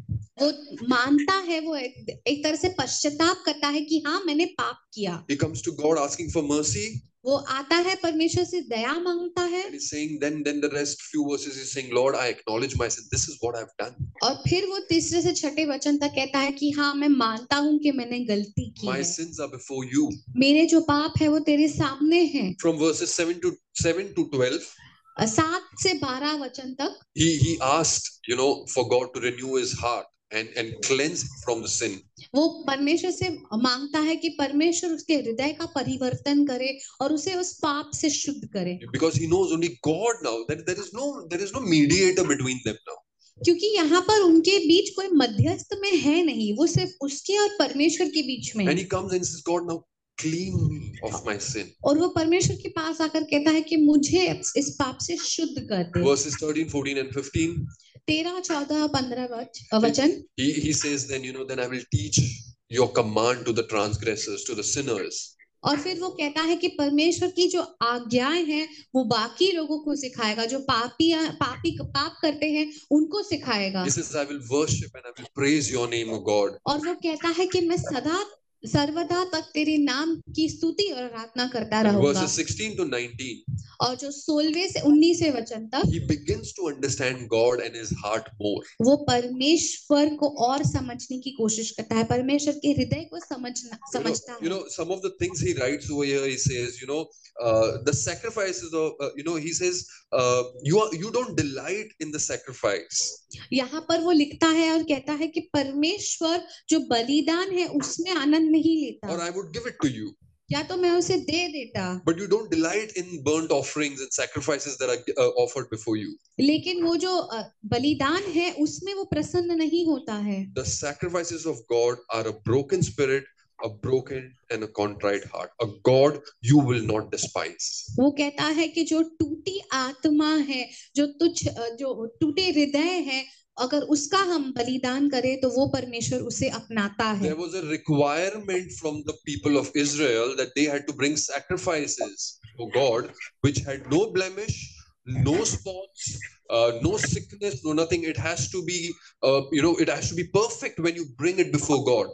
S2: वो मानता है वो एक, एक तरह से पश्चाताप करता है कि हाँ मैंने पाप किया
S1: He comes to God asking for mercy.
S2: वो आता है परमेश्वर से दया मांगता है
S1: And he's saying, then, then the rest few verses, he's saying, Lord, I acknowledge my sin. This is what I've done.
S2: और फिर वो तीसरे से छठे वचन तक कहता है कि हाँ मैं मानता हूँ कि मैंने गलती की
S1: My
S2: है
S1: sins are before you.
S2: मेरे जो पाप है वो तेरे सामने है
S1: From verses 7 to 7 to 12,
S2: सात से बारह वचन तक
S1: he he asked, you know, for God to renew his heart and, and cleanse him from the sin.
S2: वो परमेश्वर से मांगता है कि परमेश्वर उसके हृदय का परिवर्तन करे और उसे उस पाप से शुद्ध करे
S1: Because he knows only God now. That there is no there is no mediator between them now.
S2: क्योंकि यहाँ पर उनके बीच कोई मध्यस्थ में है नहीं वो सिर्फ उसके और परमेश्वर के बीच में है।
S1: And he comes and says, God, now clean me of my sin.
S2: और वो परमेश्वर के पास आकर कहता है कि मुझे इस पाप से शुद्ध कर दे
S1: Verses 13, 14, and 15.
S2: तेरह चौदह पंद्रह वचन
S1: He, he says, Then, you know, then I will teach your command to the transgressors, to the sinners.
S2: और फिर वो कहता है कि परमेश्वर की जो आज्ञाएं हैं वो बाकी लोगों को सिखाएगा जो पापी पापी पाप करते हैं उनको सिखाएगा
S1: He says, I will worship and I will praise your name, O God.
S2: और वो कहता है कि मैं सदा सर्वदा तक तेरे नाम की स्तुति और आराधना करता रहूंगा
S1: Verses 16 to 19,
S2: और जो सोलवे से उन्नीसवे वचन तक
S1: he begins to understand God and his heart more.
S2: वो परमेश्वर को और समझने की कोशिश करता है परमेश्वर के हृदय को समझना
S1: You know,
S2: समझता
S1: you
S2: है
S1: know, some of the things he writes over here, he says, you know, uh, the sacrifices of, uh, you know, he says, uh, you are, you don't delight in the sacrifice.
S2: यहाँ पर वो लिखता है और कहता है कि परमेश्वर जो बलिदान है उसमें आनंद नहीं
S1: or
S2: लेता
S1: I would give it to you.
S2: या तो मैं उसे दे देता
S1: But you don't delight in burnt offerings and sacrifices that are uh, offered before you.
S2: लेकिन वो जो अ, बलिदान है उसमें वो प्रसन्न नहीं होता है
S1: The sacrifices of God are a broken spirit, a broken and a contrite heart. A God you will not despise.
S2: वो कहता है कि जो टूटी आत्मा है जो तुच्छ अ, जो टूटे हृदय है अगर उसका हम बलिदान करें तो वो परमेश्वर उसे अपनाता है
S1: There was a requirement from the people of Israel that they had to bring sacrifices to God, which had no blemish, no spots, uh, no sickness, no nothing. It has to be, uh, you know, it has to be perfect when you bring it before God.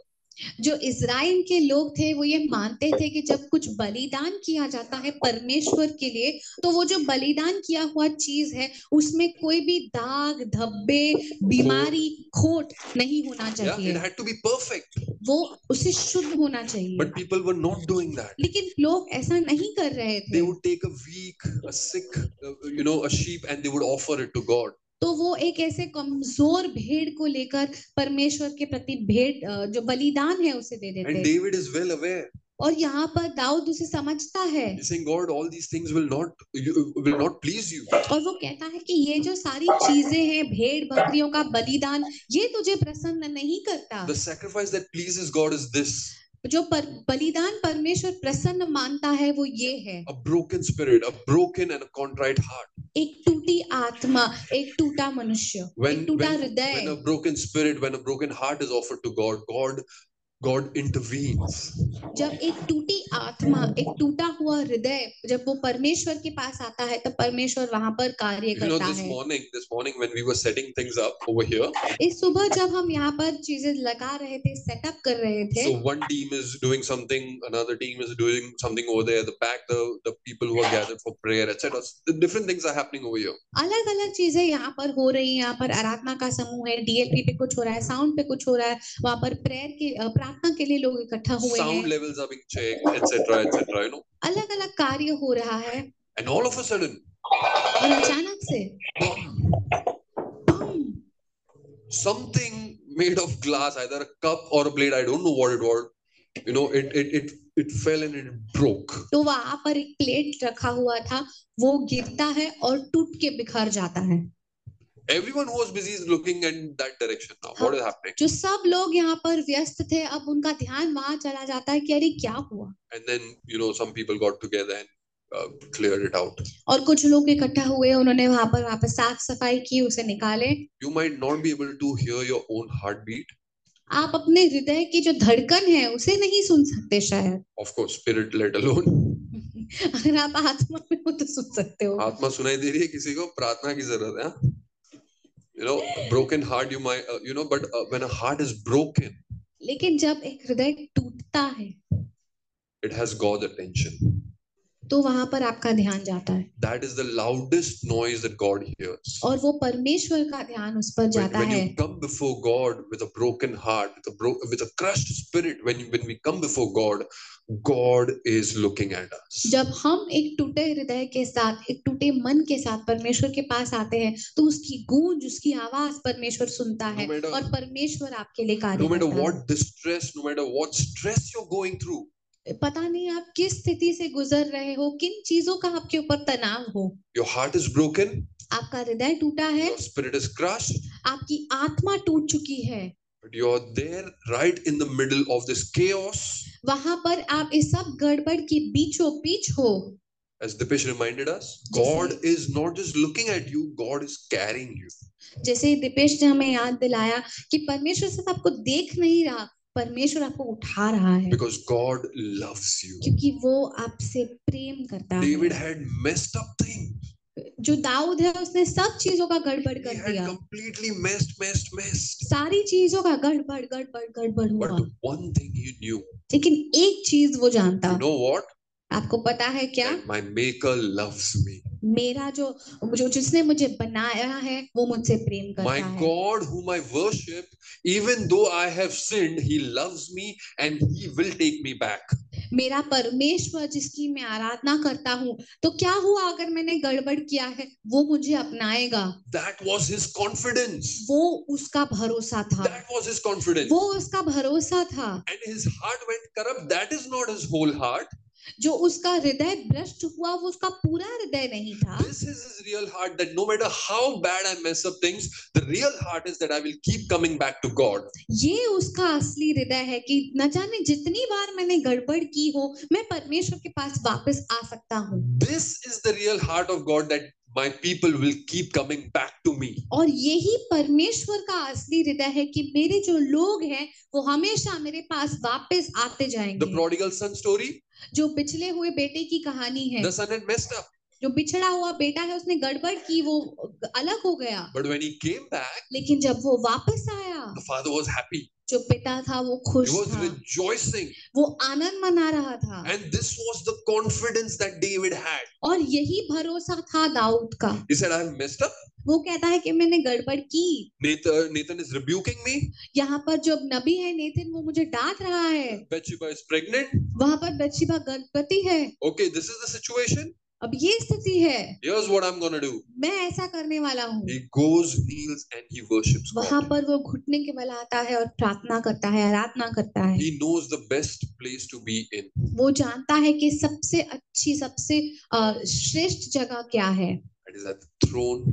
S2: जो Israel के लोग थे वो ये मानते थे कि जब कुछ बलिदान किया जाता है परमेश्वर के लिए तो वो जो बलिदान किया हुआ चीज है उसमें कोई भी दाग धब्बे बीमारी खोट नहीं होना
S1: Yeah, it
S2: चाहिए
S1: had to be perfect,
S2: वो उसे शुद्ध होना चाहिए
S1: but people were not doing that.
S2: लेकिन लोग ऐसा नहीं कर रहे
S1: They
S2: थे
S1: would take a weak, a sick, uh, you know, a sheep, and they would offer it to God.
S2: तो वो एक ऐसे कमजोर भेड़ को लेकर परमेश्वर के प्रति भेड़ अ, जो बलिदान है उसे दे देते
S1: And
S2: हैं।
S1: David is well aware.
S2: और यहाँ पर दाऊद उसे समझता है
S1: He's saying, God, all these things will not, you, will not please you.
S2: और वो कहता है कि ये जो सारी चीजें हैं भेड़ बकरियों का बलिदान ये तुझे प्रसन्न नहीं करता
S1: The sacrifice that pleases God is this.
S2: जो पर, बलिदान परमेश्वर प्रसन्न मानता है वो ये है
S1: a broken spirit, a broken and a contrite heart.
S2: एक टूटी आत्मा एक टूटा मनुष्य एक
S1: When,
S2: टूटा
S1: when, when a
S2: हृदय
S1: broken spirit, when a broken heart is offered to God, God, God intervenes.
S2: जब एक टूटी आत्मा एक टूटा हुआ हृदय जब वो परमेश्वर के पास आता है तब परमेश्वर वहां पर कार्य
S1: You know,
S2: करता
S1: this
S2: है
S1: morning, this morning when we were setting things up over here,
S2: इस सुबह जब हम यहाँ पर चीजें लगा रहे थे सेटअप कर रहे थे
S1: so one team is doing something, another team is doing something over there, the back, the, the people who are gathered for prayer, etc. The different things are happening over here.
S2: अलग अलग चीजें यहाँ पर हो रही हैं यहाँ पर आराधना का समूह है डीएलपी पे कुछ हो रहा है साउंड पे कुछ हो रहा है वहां पर प्रेयर के अ, प्रार्थना के लिए लोग इकट्ठा हुए
S1: Sound
S2: हैं
S1: levels are being checked, etc., etc., you know.
S2: अलग अलग कार्य हो रहा है
S1: And all of a sudden,
S2: और अचानक से बम!
S1: something made of glass, either a cup or a blade. I don't know what it was. You know, it it it it fell and it broke.
S2: तो वहां पर एक plate रखा हुआ था वो गिरता है और टूट के बिखर जाता है
S1: Everyone who was busy is looking in that direction now. What is happening?
S2: जो सब लोग यहाँ पर व्यस्त थे अब उनका ध्यान वहां चला जाता है कि अरे क्या हुआ
S1: And then you know, some people got together and uh, cleared it out.
S2: और कुछ लोग इकट्ठा हुए उन्होंने वहां पर वहां पर साफ सफाई की उसे निकाले
S1: You might not be able to hear your own heartbeat.
S2: आप अपने हृदय की जो धड़कन है उसे नहीं सुन सकते शायद
S1: Of course, spirit let alone.
S2: अगर आप आत्मा में हो तो सुन सकते हो
S1: आत्मा सुनाई दे रही है किसी को प्रार्थना की जरूरत है हाँ? You know, a broken heart. You might uh, you know, but uh, when a heart is broken,
S2: लेकिन जब एक हृदय टूटता है
S1: it has God's attention.
S2: तो वहां पर आपका ध्यान जाता है
S1: That is the loudest noise that God hears.
S2: और वो परमेश्वर का ध्यान उस पर
S1: when,
S2: जाता
S1: when
S2: है
S1: you come before God with a broken heart, with a bro- with a crushed spirit, when you, when we come before God, God is looking at us.
S2: जब हम एक टूटे हृदय के साथ एक टूटे मन के साथ परमेश्वर के पास आते हैं तो उसकी गूंज उसकी आवाज परमेश्वर सुनता है
S1: No matter-
S2: और परमेश्वर आपके लिए कार्य
S1: No matter
S2: करता है।
S1: what distress, no matter what stress you're going through,
S2: पता नहीं आप किस स्थिति से गुजर रहे हो किन चीजों का आपके ऊपर तनाव हो
S1: your heart is broken,
S2: आपका हृदय टूटा है
S1: your spirit is crushed,
S2: आपकी आत्मा टूट चुकी है
S1: but you're there right in the middle of this chaos.
S2: वहां पर आप इस सब गड़बड़ के बीचों बीच हो
S1: As Dipesh reminded us,
S2: Yes,
S1: God
S2: sir.
S1: is not just looking at you, God is carrying you.
S2: जैसे दिपेश ने हमें याद दिलाया कि परमेश्वर सिर्फ आपको देख नहीं रहा परमेश्वर आपको उठा रहा है
S1: Because God loves you.
S2: क्योंकि वो आपसे प्रेम करता
S1: David
S2: है
S1: had messed up things.
S2: जो दाऊद है उसने सब चीजों का गड़बड़
S1: He
S2: कर
S1: had
S2: दिया
S1: completely messed, messed, messed.
S2: सारी चीजों का गड़बड़ गड़बड़ गड़बड़
S1: But
S2: हुआ
S1: one thing he knew.
S2: लेकिन एक चीज वो जानता
S1: You know what?
S2: आपको पता है क्या
S1: That my maker loves me.
S2: मेरा जो जो जिसने मुझे बनाया है वो मुझसे प्रेम
S1: My
S2: करता है
S1: God, whom I worship, even though I have sinned, he loves me and he will take me back.
S2: मेरा परमेश्वर जिसकी मैं आराधना करता हूँ तो क्या हुआ अगर मैंने गड़बड़ किया है वो मुझे अपनाएगा
S1: That was his confidence.
S2: वो उसका भरोसा था
S1: That was his confidence.
S2: वो उसका भरोसा था
S1: And his heart went corrupt. That is not his whole heart.
S2: जो उसका हृदय भ्रष्ट हुआ वो उसका पूरा हृदय नहीं था
S1: This is his real heart that no matter how bad I mess up things, the real heart is that I will keep coming back to God.
S2: ये उसका असली हृदय है कि न जाने जितनी बार मैंने गड़बड़ की हो मैं परमेश्वर के पास वापस आ सकता हूँ
S1: this is the real heart of God that my people will keep coming back to me.
S2: और यही परमेश्वर का असली हृदय है कि मेरे जो लोग हैं वो हमेशा मेरे पास वापस आते
S1: The
S2: जाएंगे
S1: prodigal son story,
S2: जो पिछले हुए बेटे की कहानी है
S1: the son had messed up,
S2: जो बिछड़ा हुआ बेटा है उसने गड़बड़ की वो अलग हो गया
S1: but when he came back,
S2: लेकिन जब वो वापस आया
S1: the father was happy.
S2: जो पिता था वो खुश
S1: He was
S2: था
S1: rejoicing,
S2: वो आनंद मना रहा था
S1: and this was the confidence that David had.
S2: और यही भरोसा था दाऊद का
S1: He said, "I've messed up."
S2: वो कहता है कि मैंने गड़बड़ की
S1: Nathan, Nathan is rebuking me.
S2: यहाँ पर जब नबी है नेतिन वो मुझे डांट रहा है
S1: Bathsheba is pregnant.
S2: वहां पर बच्चीबा गर्भवती है
S1: Okay, this is the situation.
S2: अब ये स्थिति है
S1: Here's what I'm gonna do.
S2: मैं ऐसा करने वाला हूँ
S1: He goes, kneels, and he worships
S2: वहां
S1: God.
S2: पर वो घुटने के बल आता है और प्रार्थना करता है आराधना करता है
S1: He knows the best place to be in.
S2: वो जानता है कि सबसे अच्छी सबसे अ, श्रेष्ठ जगह क्या है
S1: That is at the throne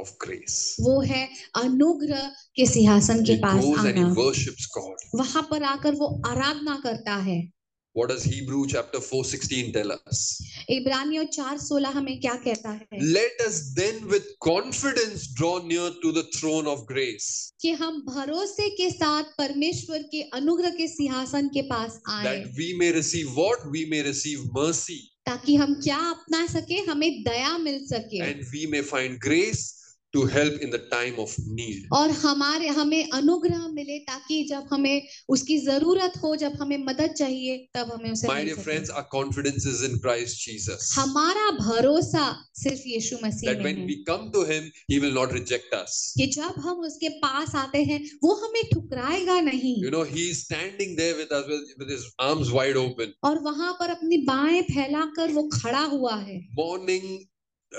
S1: of grace.
S2: वो है अनुग्रह के सिंहासन के
S1: He
S2: pass
S1: goes and he
S2: आना
S1: worships God.
S2: वहां पर आकर वो आराधना करता है
S1: What does Hebrew chapter 4:16 tell us?
S2: इब्रानियों चार सोलह हमें क्या कहता है
S1: Let us then with confidence draw near to the throne of grace,
S2: कि हम भरोसे के साथ परमेश्वर के अनुग्रह के सिंहासन के पास आए
S1: that we may receive what? We may receive mercy,
S2: ताकि हम क्या अपना सके हमें दया मिल सके
S1: and we may find grace to help in the time of need.
S2: और हमारे हमें अनुग्रह मिले ताकि जब हमें उसकी जरूरत हो जब हमें मदद चाहिए तब हमें उसे
S1: My
S2: मिल
S1: dear
S2: सके।
S1: friends, our confidence is in Christ Jesus.
S2: हमारा भरोसा सिर्फ यीशु मसीह
S1: That
S2: में
S1: when
S2: है
S1: we come to Him, He will not reject us.
S2: कि जब हम उसके पास आते हैं वो हमें ठुकराएगा नहीं
S1: You know, He is standing there with us with, with His arms wide open.
S2: और वहां पर अपनी बाएं फैलाकर वो खड़ा हुआ है
S1: Morning,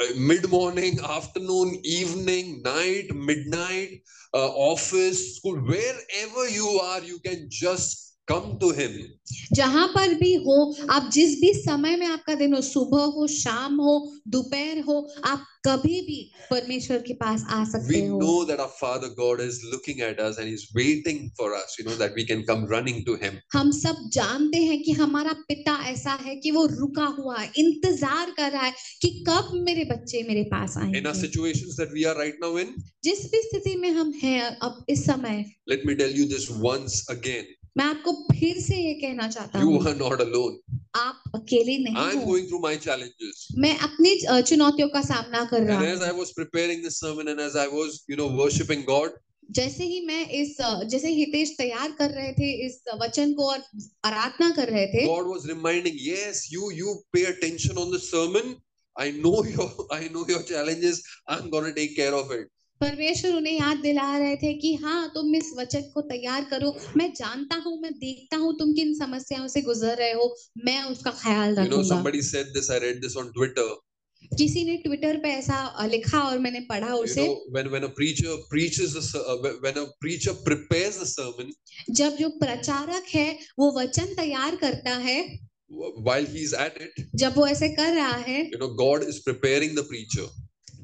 S1: uh, mid morning, afternoon, evening, night, midnight, uh, office, school, wherever you are, you can just come to Him.
S2: जहां पर भी हो आप जिस भी समय में आपका दिन हो सुबह हो शाम हो दोपहर हो आप कभी भी परमेश्वर के पास आ सकते
S1: We
S2: हो
S1: know that our Father God is looking at us and He's waiting for us, you know, that we can come running to Him.
S2: हम सब जानते हैं कि हमारा पिता ऐसा है कि वो रुका हुआ है इंतजार कर रहा है कि कब मेरे बच्चे मेरे पास
S1: In our
S2: आएंगे
S1: situations that we are right now in,
S2: जिस भी स्थिति में हम हैं अब इस समय
S1: let me tell you this once again.
S2: मैं आपको फिर से ये कहना चाहता
S1: You
S2: हूँ
S1: are not alone.
S2: आप अकेले नहीं
S1: I'm
S2: हो
S1: going through my challenges.
S2: मैं अपनी अ, चुनौतियों का सामना कर रहा
S1: And as I
S2: हूँ
S1: was preparing this sermon and as I was, you know, worshiping God,
S2: जैसे ही मैं इस अ, जैसे हितेश तैयार कर रहे थे इस वचन को और आराधना कर रहे थे
S1: God was reminding, yes, you you pay attention on the sermon. I know your I know your challenges. I'm gonna take care of it.
S2: परमेश्वर उन्हें याद दिला रहे थे कि हाँ तुम इस वचन को तैयार करो मैं जानता हूँ मैं देखता हूँ तुम किन समस्याओं से गुजर रहे हो मैं उसका ख्याल
S1: You know,
S2: रखूंगा
S1: somebody said this, I read this on Twitter.
S2: किसी ने ट्विटर पे ऐसा अ, लिखा और मैंने पढ़ा
S1: You
S2: उसे
S1: know, when when a preacher preaches the ser- uh, when- when a preacher prepares the sermon,
S2: जब जो प्रचारक है वो वचन तैयार करता है
S1: wh- while he's at it,
S2: जब वो ऐसे कर रहा है
S1: you know, God is preparing the preacher.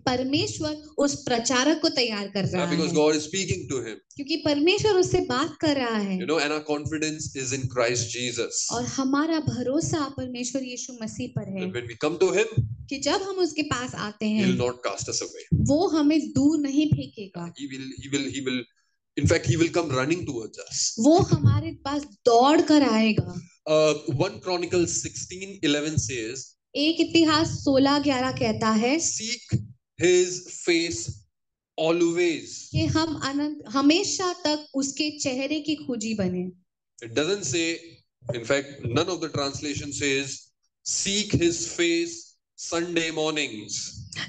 S2: परमेश्वर उस प्रचारक को तैयार कर रहा
S1: Uh,
S2: है
S1: because God is speaking to him.
S2: क्योंकि परमेश्वर उससे बात कर रहा है
S1: You know, and our confidence is in Christ Jesus.
S2: और हमारा भरोसा परमेश्वर यीशु मसीह पर है
S1: That when we come to Him,
S2: कि जब हम उसके पास आते
S1: He'll
S2: हैं
S1: not cast us away.
S2: वो हमें दूर नहीं फेंकेगा
S1: He will, He will, He will. In fact, He will come running towards us.
S2: वो हमारे पास दौड़ कर आएगा
S1: Uh, One Chronicles sixteen eleven says,
S2: एक इतिहास सोलह ग्यारह कहता है
S1: "Seek His face always."
S2: कि हम अनंत हमेशा तक उसके चेहरे की खोजी बने
S1: It doesn't say. In fact, none of the translation says, "Seek His face Sunday mornings."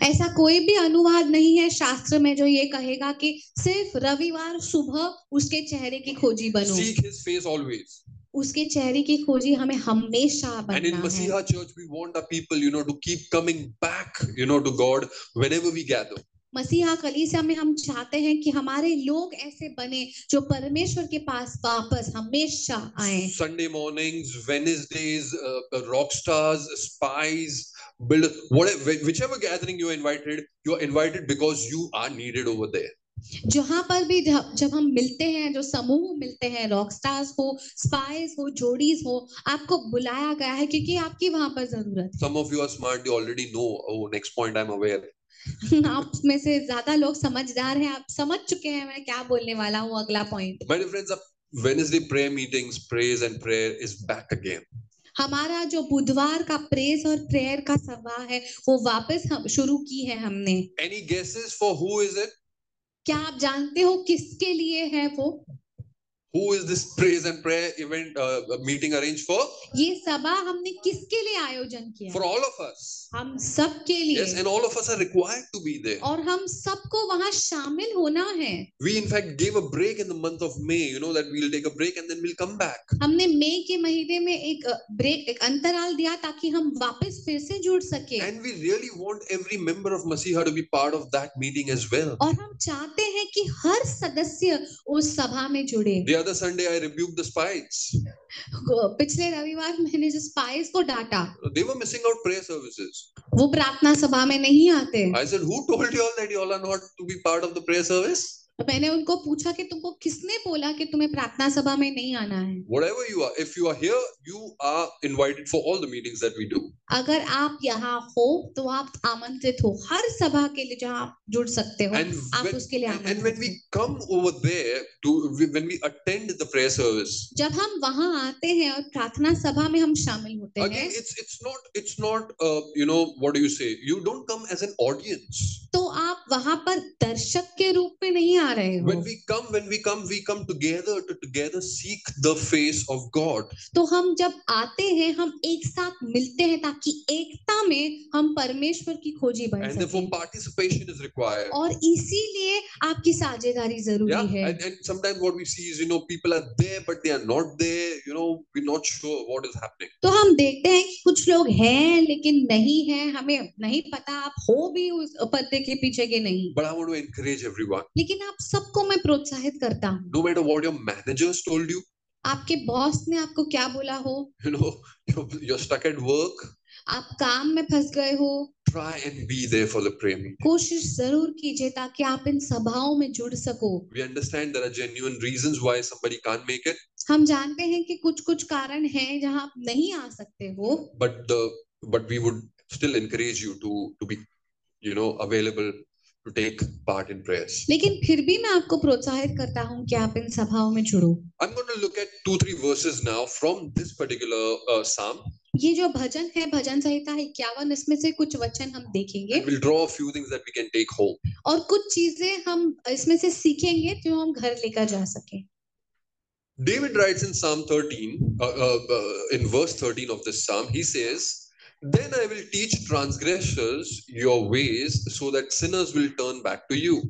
S2: ऐसा कोई भी अनुवाद नहीं है शास्त्र में जो ये कहेगा कि सिर्फ रविवार सुबह उसके चेहरे की खोजी बनो
S1: Seek His face always.
S2: उसके चेहरे की खोजी हमें हमेशा
S1: And in
S2: बनना है
S1: Masiha Church, we want our people, you know, to keep coming back, you know, to God whenever we gather.
S2: मसीहा कलीसिया में हम चाहते हैं कि हमारे लोग ऐसे बने जो परमेश्वर के पास वापस हमेशा आए
S1: Sunday mornings, Wednesdays, uh, uh, rock stars, spies, build whatever, whichever gathering you're invited, you're invited because you are needed over there.
S2: जहां पर भी जब जब हम मिलते हैं जो समूह मिलते हैं रॉक स्टार्स हो स्पाइस हो जोड़ीज हो आपको बुलाया गया है क्योंकि आपकी वहां पर जरूरत
S1: Some of you are smart; you already know. Oh, next point, I'm aware.
S2: है आप में से ज्यादा लोग समझदार हैं आप समझ चुके हैं मैं क्या बोलने वाला हूँ अगला point
S1: My dear friends, our Wednesday prayer meetings, praise and prayer is back again.
S2: हमारा जो बुधवार का प्रेस और प्रेयर का सभा है वो वापस हम शुरू की है हमने
S1: Any guesses for who is it?
S2: क्या आप जानते हो किसके लिए है वो
S1: Who is this praise and prayer event uh, meeting arranged for?
S2: ये सभा हमने किसके लिए आयोजन
S1: For
S2: किया
S1: all of us.
S2: हम सबके
S1: Yes,
S2: लिए
S1: and all of us are required to be there.
S2: और हम सबको वहां शामिल होना है
S1: We, in fact, gave a break in the month of May, you know, that we'll take a break and then we'll come back.
S2: हमने मई के महीने में एक ब्रेक एक अंतराल दिया ताकि हम वापस फिर से जुड़ सके
S1: And we really want every member of Masiha to be part of that meeting as well.
S2: और हम चाहते हैं कि हर सदस्य उस सभा में जुड़े
S1: They are other Sunday, I rebuked the spies.
S2: पिछले रविवार मैंने जो स्पाइस को डांटा
S1: They were missing out prayer services.
S2: वो प्रार्थना सभा में नहीं आते
S1: I said, Who told you all that you all are not to be part of the prayer service?
S2: मैंने उनको पूछा कि तुमको किसने बोला कि तुम्हें प्रार्थना सभा में नहीं आना है
S1: Whatever you are, if you are here, you are invited for all the meetings that we do.
S2: अगर आप यहाँ हो तो आप आमंत्रित हो हर सभा के लिए जहाँ आप जुड़ सकते हो
S1: And
S2: आप
S1: when,
S2: उसके लिए
S1: and, and
S2: आमंत्रित
S1: when
S2: हो
S1: we come over there, to when we attend the prayer service,
S2: जब हम वहाँ आते हैं और प्रार्थना सभा में हम शामिल होते
S1: again,
S2: हैं
S1: it's it's not it's not uh, you know what do you say? You don't come as an audience.
S2: तो आप वहाँ पर दर्शक के रूप में नहीं आ रहे
S1: When
S2: हो
S1: we come, when we come, we come together to together seek the face of God.
S2: तो हम जब आते हैं हम एक साथ मिलते हैं ताकि एकता में हम परमेश्वर की खोजी बन
S1: and therefore
S2: सकें
S1: participation is required
S2: और इसीलिए आपकी साझेदारी
S1: yeah
S2: जरूरी है
S1: and, and sometimes what we see is you know people are there but they are not there you know we're not sure what is happening
S2: तो हम देखते हैं कि कुछ लोग हैं लेकिन नहीं हैं हमें नहीं पता आप हो भी उस पर्दे के पीछे के नहीं
S1: but i want to encourage everyone
S2: लेकिन आप सबको मैं प्रोत्साहित करता हूँ
S1: no matter what your managers told you
S2: आपके बॉस ने आपको क्या बोला हो
S1: you know you're, you're stuck at work
S2: आप काम में फंस गए हो
S1: try and be there for the prayer meeting
S2: कोशिश जरूर कीजिए ताकि आप इन सभाओं में जुड़ सको
S1: we understand there are genuine reasons why somebody can't make it
S2: हम जानते हैं कि कुछ कुछ कारण हैं जहां आप नहीं आ सकते हो
S1: but the but we would still encourage you to to be you know available to take part in prayers
S2: लेकिन फिर भी मैं आपको प्रोत्साहित करता हूँ कि आप इन सभाओं में जुड़ो
S1: i'm going to look at two three verses now from this particular uh, psalm
S2: ये जो भजन है भजन संहिता इक्यावन इसमें से कुछ वचन हम देखेंगे
S1: And we'll draw a few things that we can take home.
S2: और कुछ चीजें हम इसमें से सीखेंगे जो हम घर लेकर जा सके
S1: David writes in Psalm 13, uh, uh, uh, in verse 13 of this psalm, he says, Then I will teach transgressors your ways so that sinners will turn back to you.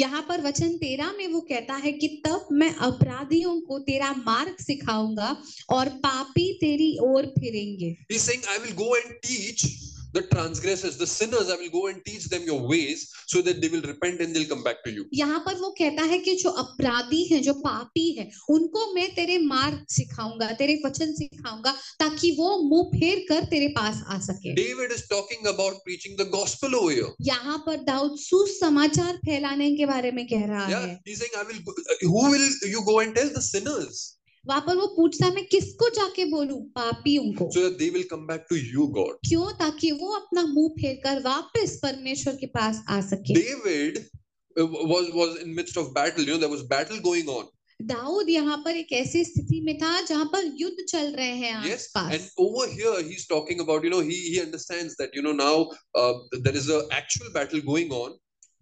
S2: यहाँ पर वचन तेरह में वो कहता है कि तब मैं अपराधियों को तेरा मार्ग सिखाऊंगा और पापी तेरी ओर फिरेंगे
S1: He's saying, I will go and teach the transgressors, the sinners, I will go and teach them your ways so that they will repent and they'll come back to you.
S2: यहाँ पर वो कहता है कि जो अपराधी है जो पापी है उनको मैं तेरे मार्ग सिखाऊंगा तेरे वचन सिखाऊंगा ताकि वो मुंह फेर कर तेरे पास आ सके
S1: David is talking about preaching the gospel over here.
S2: यहाँ पर दाऊद सुसमाचार फैलाने के बारे में कह रहा है
S1: Yeah, he's saying, I will. Go, uh, who will you go and tell the sinners
S2: वहां पर वो पूछता है मैं किसको जाके बोलूं पापियों को
S1: so that they will come back to you, God?
S2: क्यों ताकि वो अपना मुंह फेर कर वापस परमेश्वर के पास आ सके
S1: David uh, was was in midst of battle. You know, there was battle going on.
S2: Dawood यहाँ पर एक ऐसी स्थिति में था जहाँ पर युद्ध चल रहे हैं
S1: Yes, and
S2: आसपास
S1: over here he's talking about. You know, he he understands that. You know, now uh, there is a actual battle going on,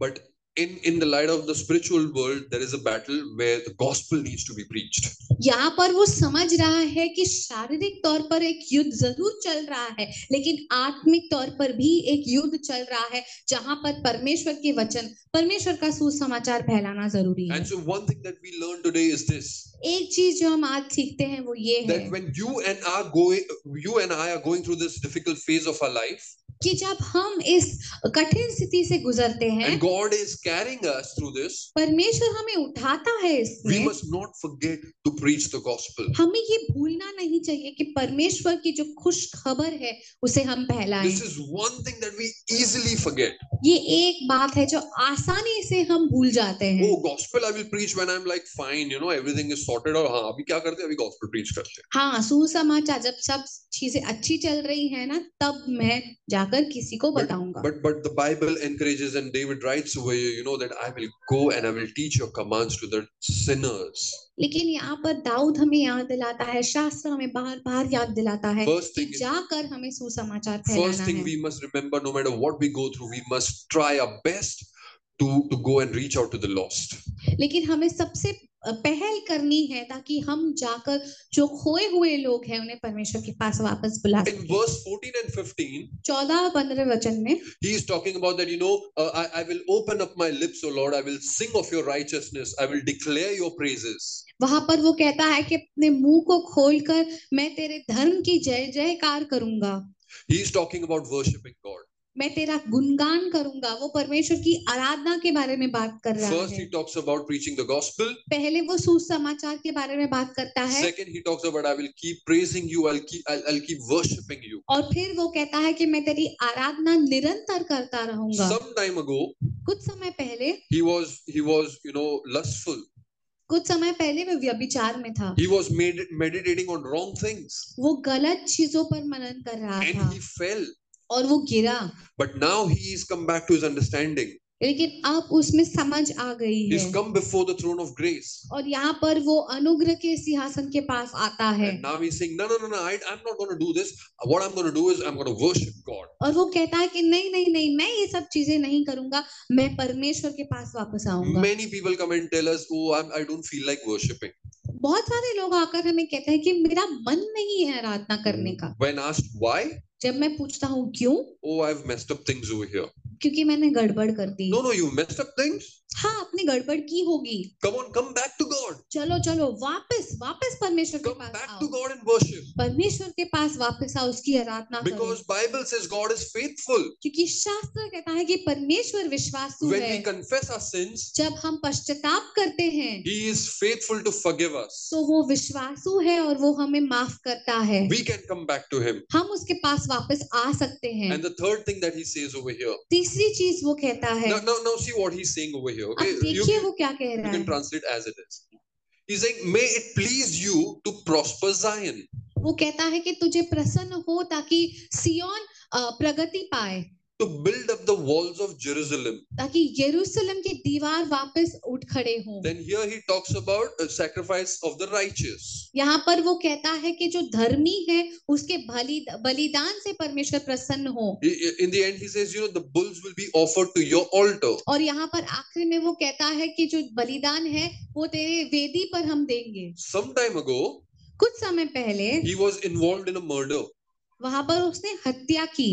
S1: but. In, in the light of the spiritual world, there is a battle where the gospel needs to be preached.
S2: यहाँ पर वो समझ रहा है कि शारीरिक तौर पर एक युद्ध जरूर चल रहा है लेकिन आत्मिक तौर पर भी एक युद्ध चल रहा है जहाँ पर परमेश्वर के वचन परमेश्वर का सुसमाचार फैलाना जरूरी है
S1: And so, one thing that we learn today is this:
S2: एक चीज जो हम आज सीखते हैं वो ये है
S1: that when you and I going, you and I are going through this difficult phase of our life,
S2: कि जब हम इस कठिन स्थिति से गुजरते हैं
S1: and God is carrying us through this,
S2: परमेश्वर हमें उठाता है
S1: we
S2: इसमें
S1: must not forget to preach the gospel.
S2: हमें ये भूलना नहीं चाहिए कि परमेश्वर की जो खुश खबर है उसे हम फैलाएं
S1: This is one thing that we easily forget.
S2: ये एक बात है जो आसानी से हम भूल जाते हैं
S1: Oh, gospel I will preach when I'm like fine, you know, everything is sorted. और हाँ अभी क्या करते हैं अभी gospel preach करते हैं
S2: हाँ सुसमाचार जब सब चीजें अच्छी चल रही है ना तब मैं जाकर किसी को बताऊंगा
S1: But but the Bible encourages and David writes over you, you know, that I will go and I will teach your commands to the sinners.
S2: लेकिन यहाँ पर दाऊद हमें याद दिलाता है शास्त्र हमें बार बार याद दिलाता है
S1: First
S2: कि
S1: thing is-
S2: जाकर हमें सुसमाचार
S1: First
S2: फैलाना
S1: thing
S2: है
S1: we must remember, no matter what we go through, we must try our best to to go and reach out to the lost.
S2: लेकिन हमें सबसे पहल करनी है ताकि हम जाकर जो खोए हुए लोग हैं उन्हें परमेश्वर के पास वापस बुला
S1: In
S2: सकें
S1: verse 14 and 15,
S2: चौदह और पंद्रह वचन में
S1: He is talking about that, you know, uh, I, I will open up my lips, O Lord. I will sing of your righteousness. I will declare your praises.
S2: वहां पर वो कहता है कि अपने मुंह को खोलकर मैं तेरे धर्म की जय जयकार करूंगा
S1: He is talking about worshiping God.
S2: मैं तेरा गुणगान करूंगा वो परमेश्वर की आराधना के बारे में बात कर रहा
S1: First,
S2: है
S1: he talks about preaching the gospel.
S2: पहले वो सुसमाचार के बारे में बात करता है
S1: Second, he talks about I will keep praising you. I'll keep I'll, I'll keep worshiping you.
S2: और फिर वो कहता है कि मैं तेरी आराधना निरंतर करता रहूंगा
S1: Some time ago,
S2: कुछ समय पहले
S1: he was he was you know lustful.
S2: कुछ समय पहले मैं व्यभिचार में था
S1: He was made, meditating on wrong things,
S2: वो गलत चीजों पर मनन कर रहा
S1: and
S2: था
S1: he fell.
S2: और वो गिरा
S1: But now he is come back to his understanding.
S2: लेकिन अब उसमें समझ आ गई
S1: He's
S2: है
S1: come before the throne of grace.
S2: और यहाँ पर वो अनुग्रह के सिंहासन के पास आता है
S1: And now he's saying, No, no, no, no, I, I'm not going to do this. What I'm going to do is I'm going to worship God.
S2: और वो कहता है कि नहीं नहीं नहीं मैं ये सब चीजें नहीं करूंगा मैं परमेश्वर के पास वापस आऊंगा
S1: Many people come and tell us, Oh, I'm, I don't feel like worshipping.
S2: बहुत सारे लोग आकर हमें कहते हैं कि मेरा मन नहीं है आराधना करने का
S1: When asked why,
S2: जब मैं पूछता हूँ क्यों
S1: Oh, I've messed up things over here.
S2: क्योंकि मैंने गड़बड़ कर दी
S1: No, no, you messed up things.
S2: हाँ आपने गड़बड़ की होगी
S1: Come on, come back to God.
S2: चलो चलो वापस वापस परमेश्वर के
S1: Come
S2: पास
S1: back to
S2: आओ
S1: God and worship.
S2: परमेश्वर के पास वापस आओ उसकी आराधना करो
S1: Because Bible says God is faithful.
S2: क्योंकि शास्त्र कहता है कि परमेश्वर विश्वासु
S1: When
S2: है
S1: we confess our sins,
S2: जब हम पश्चाताप करते हैं
S1: He is faithful to forgive us.
S2: तो वो विश्वासु है और वो हमें माफ करता है
S1: We can come back to Him.
S2: हम उसके पास वापस आ सकते हैं
S1: And the third thing that He says over here.
S2: तीसरी चीज वो कहता है
S1: Now, now, now see what he's saying over here.
S2: अब
S1: Okay, you,
S2: देखिए वो क्या कह
S1: you
S2: रहा
S1: can
S2: है
S1: translate as it is. He's saying, "May it please you to prosper Zion."
S2: वो कहता है कि तुझे प्रसन्न हो ताकि सियोन अ, प्रगति पाए
S1: To build up the walls of Jerusalem.
S2: ताकि यरूशलेम की दीवार वापस उठ खड़े हो
S1: Then here he talks about a sacrifice of the righteous.
S2: यहाँ पर वो कहता है कि जो धर्मी है उसके भली बलिदान से परमेश्वर प्रसन्न हो
S1: He- In the end, he says, "You know, the bulls will be offered to your altar."
S2: और यहाँ पर आखिर में वो कहता है कि जो बलिदान है वो तेरे वेदी पर हम देंगे
S1: Some time ago,
S2: कुछ समय पहले
S1: he was involved in a murder.
S2: वहां पर उसने हत्या की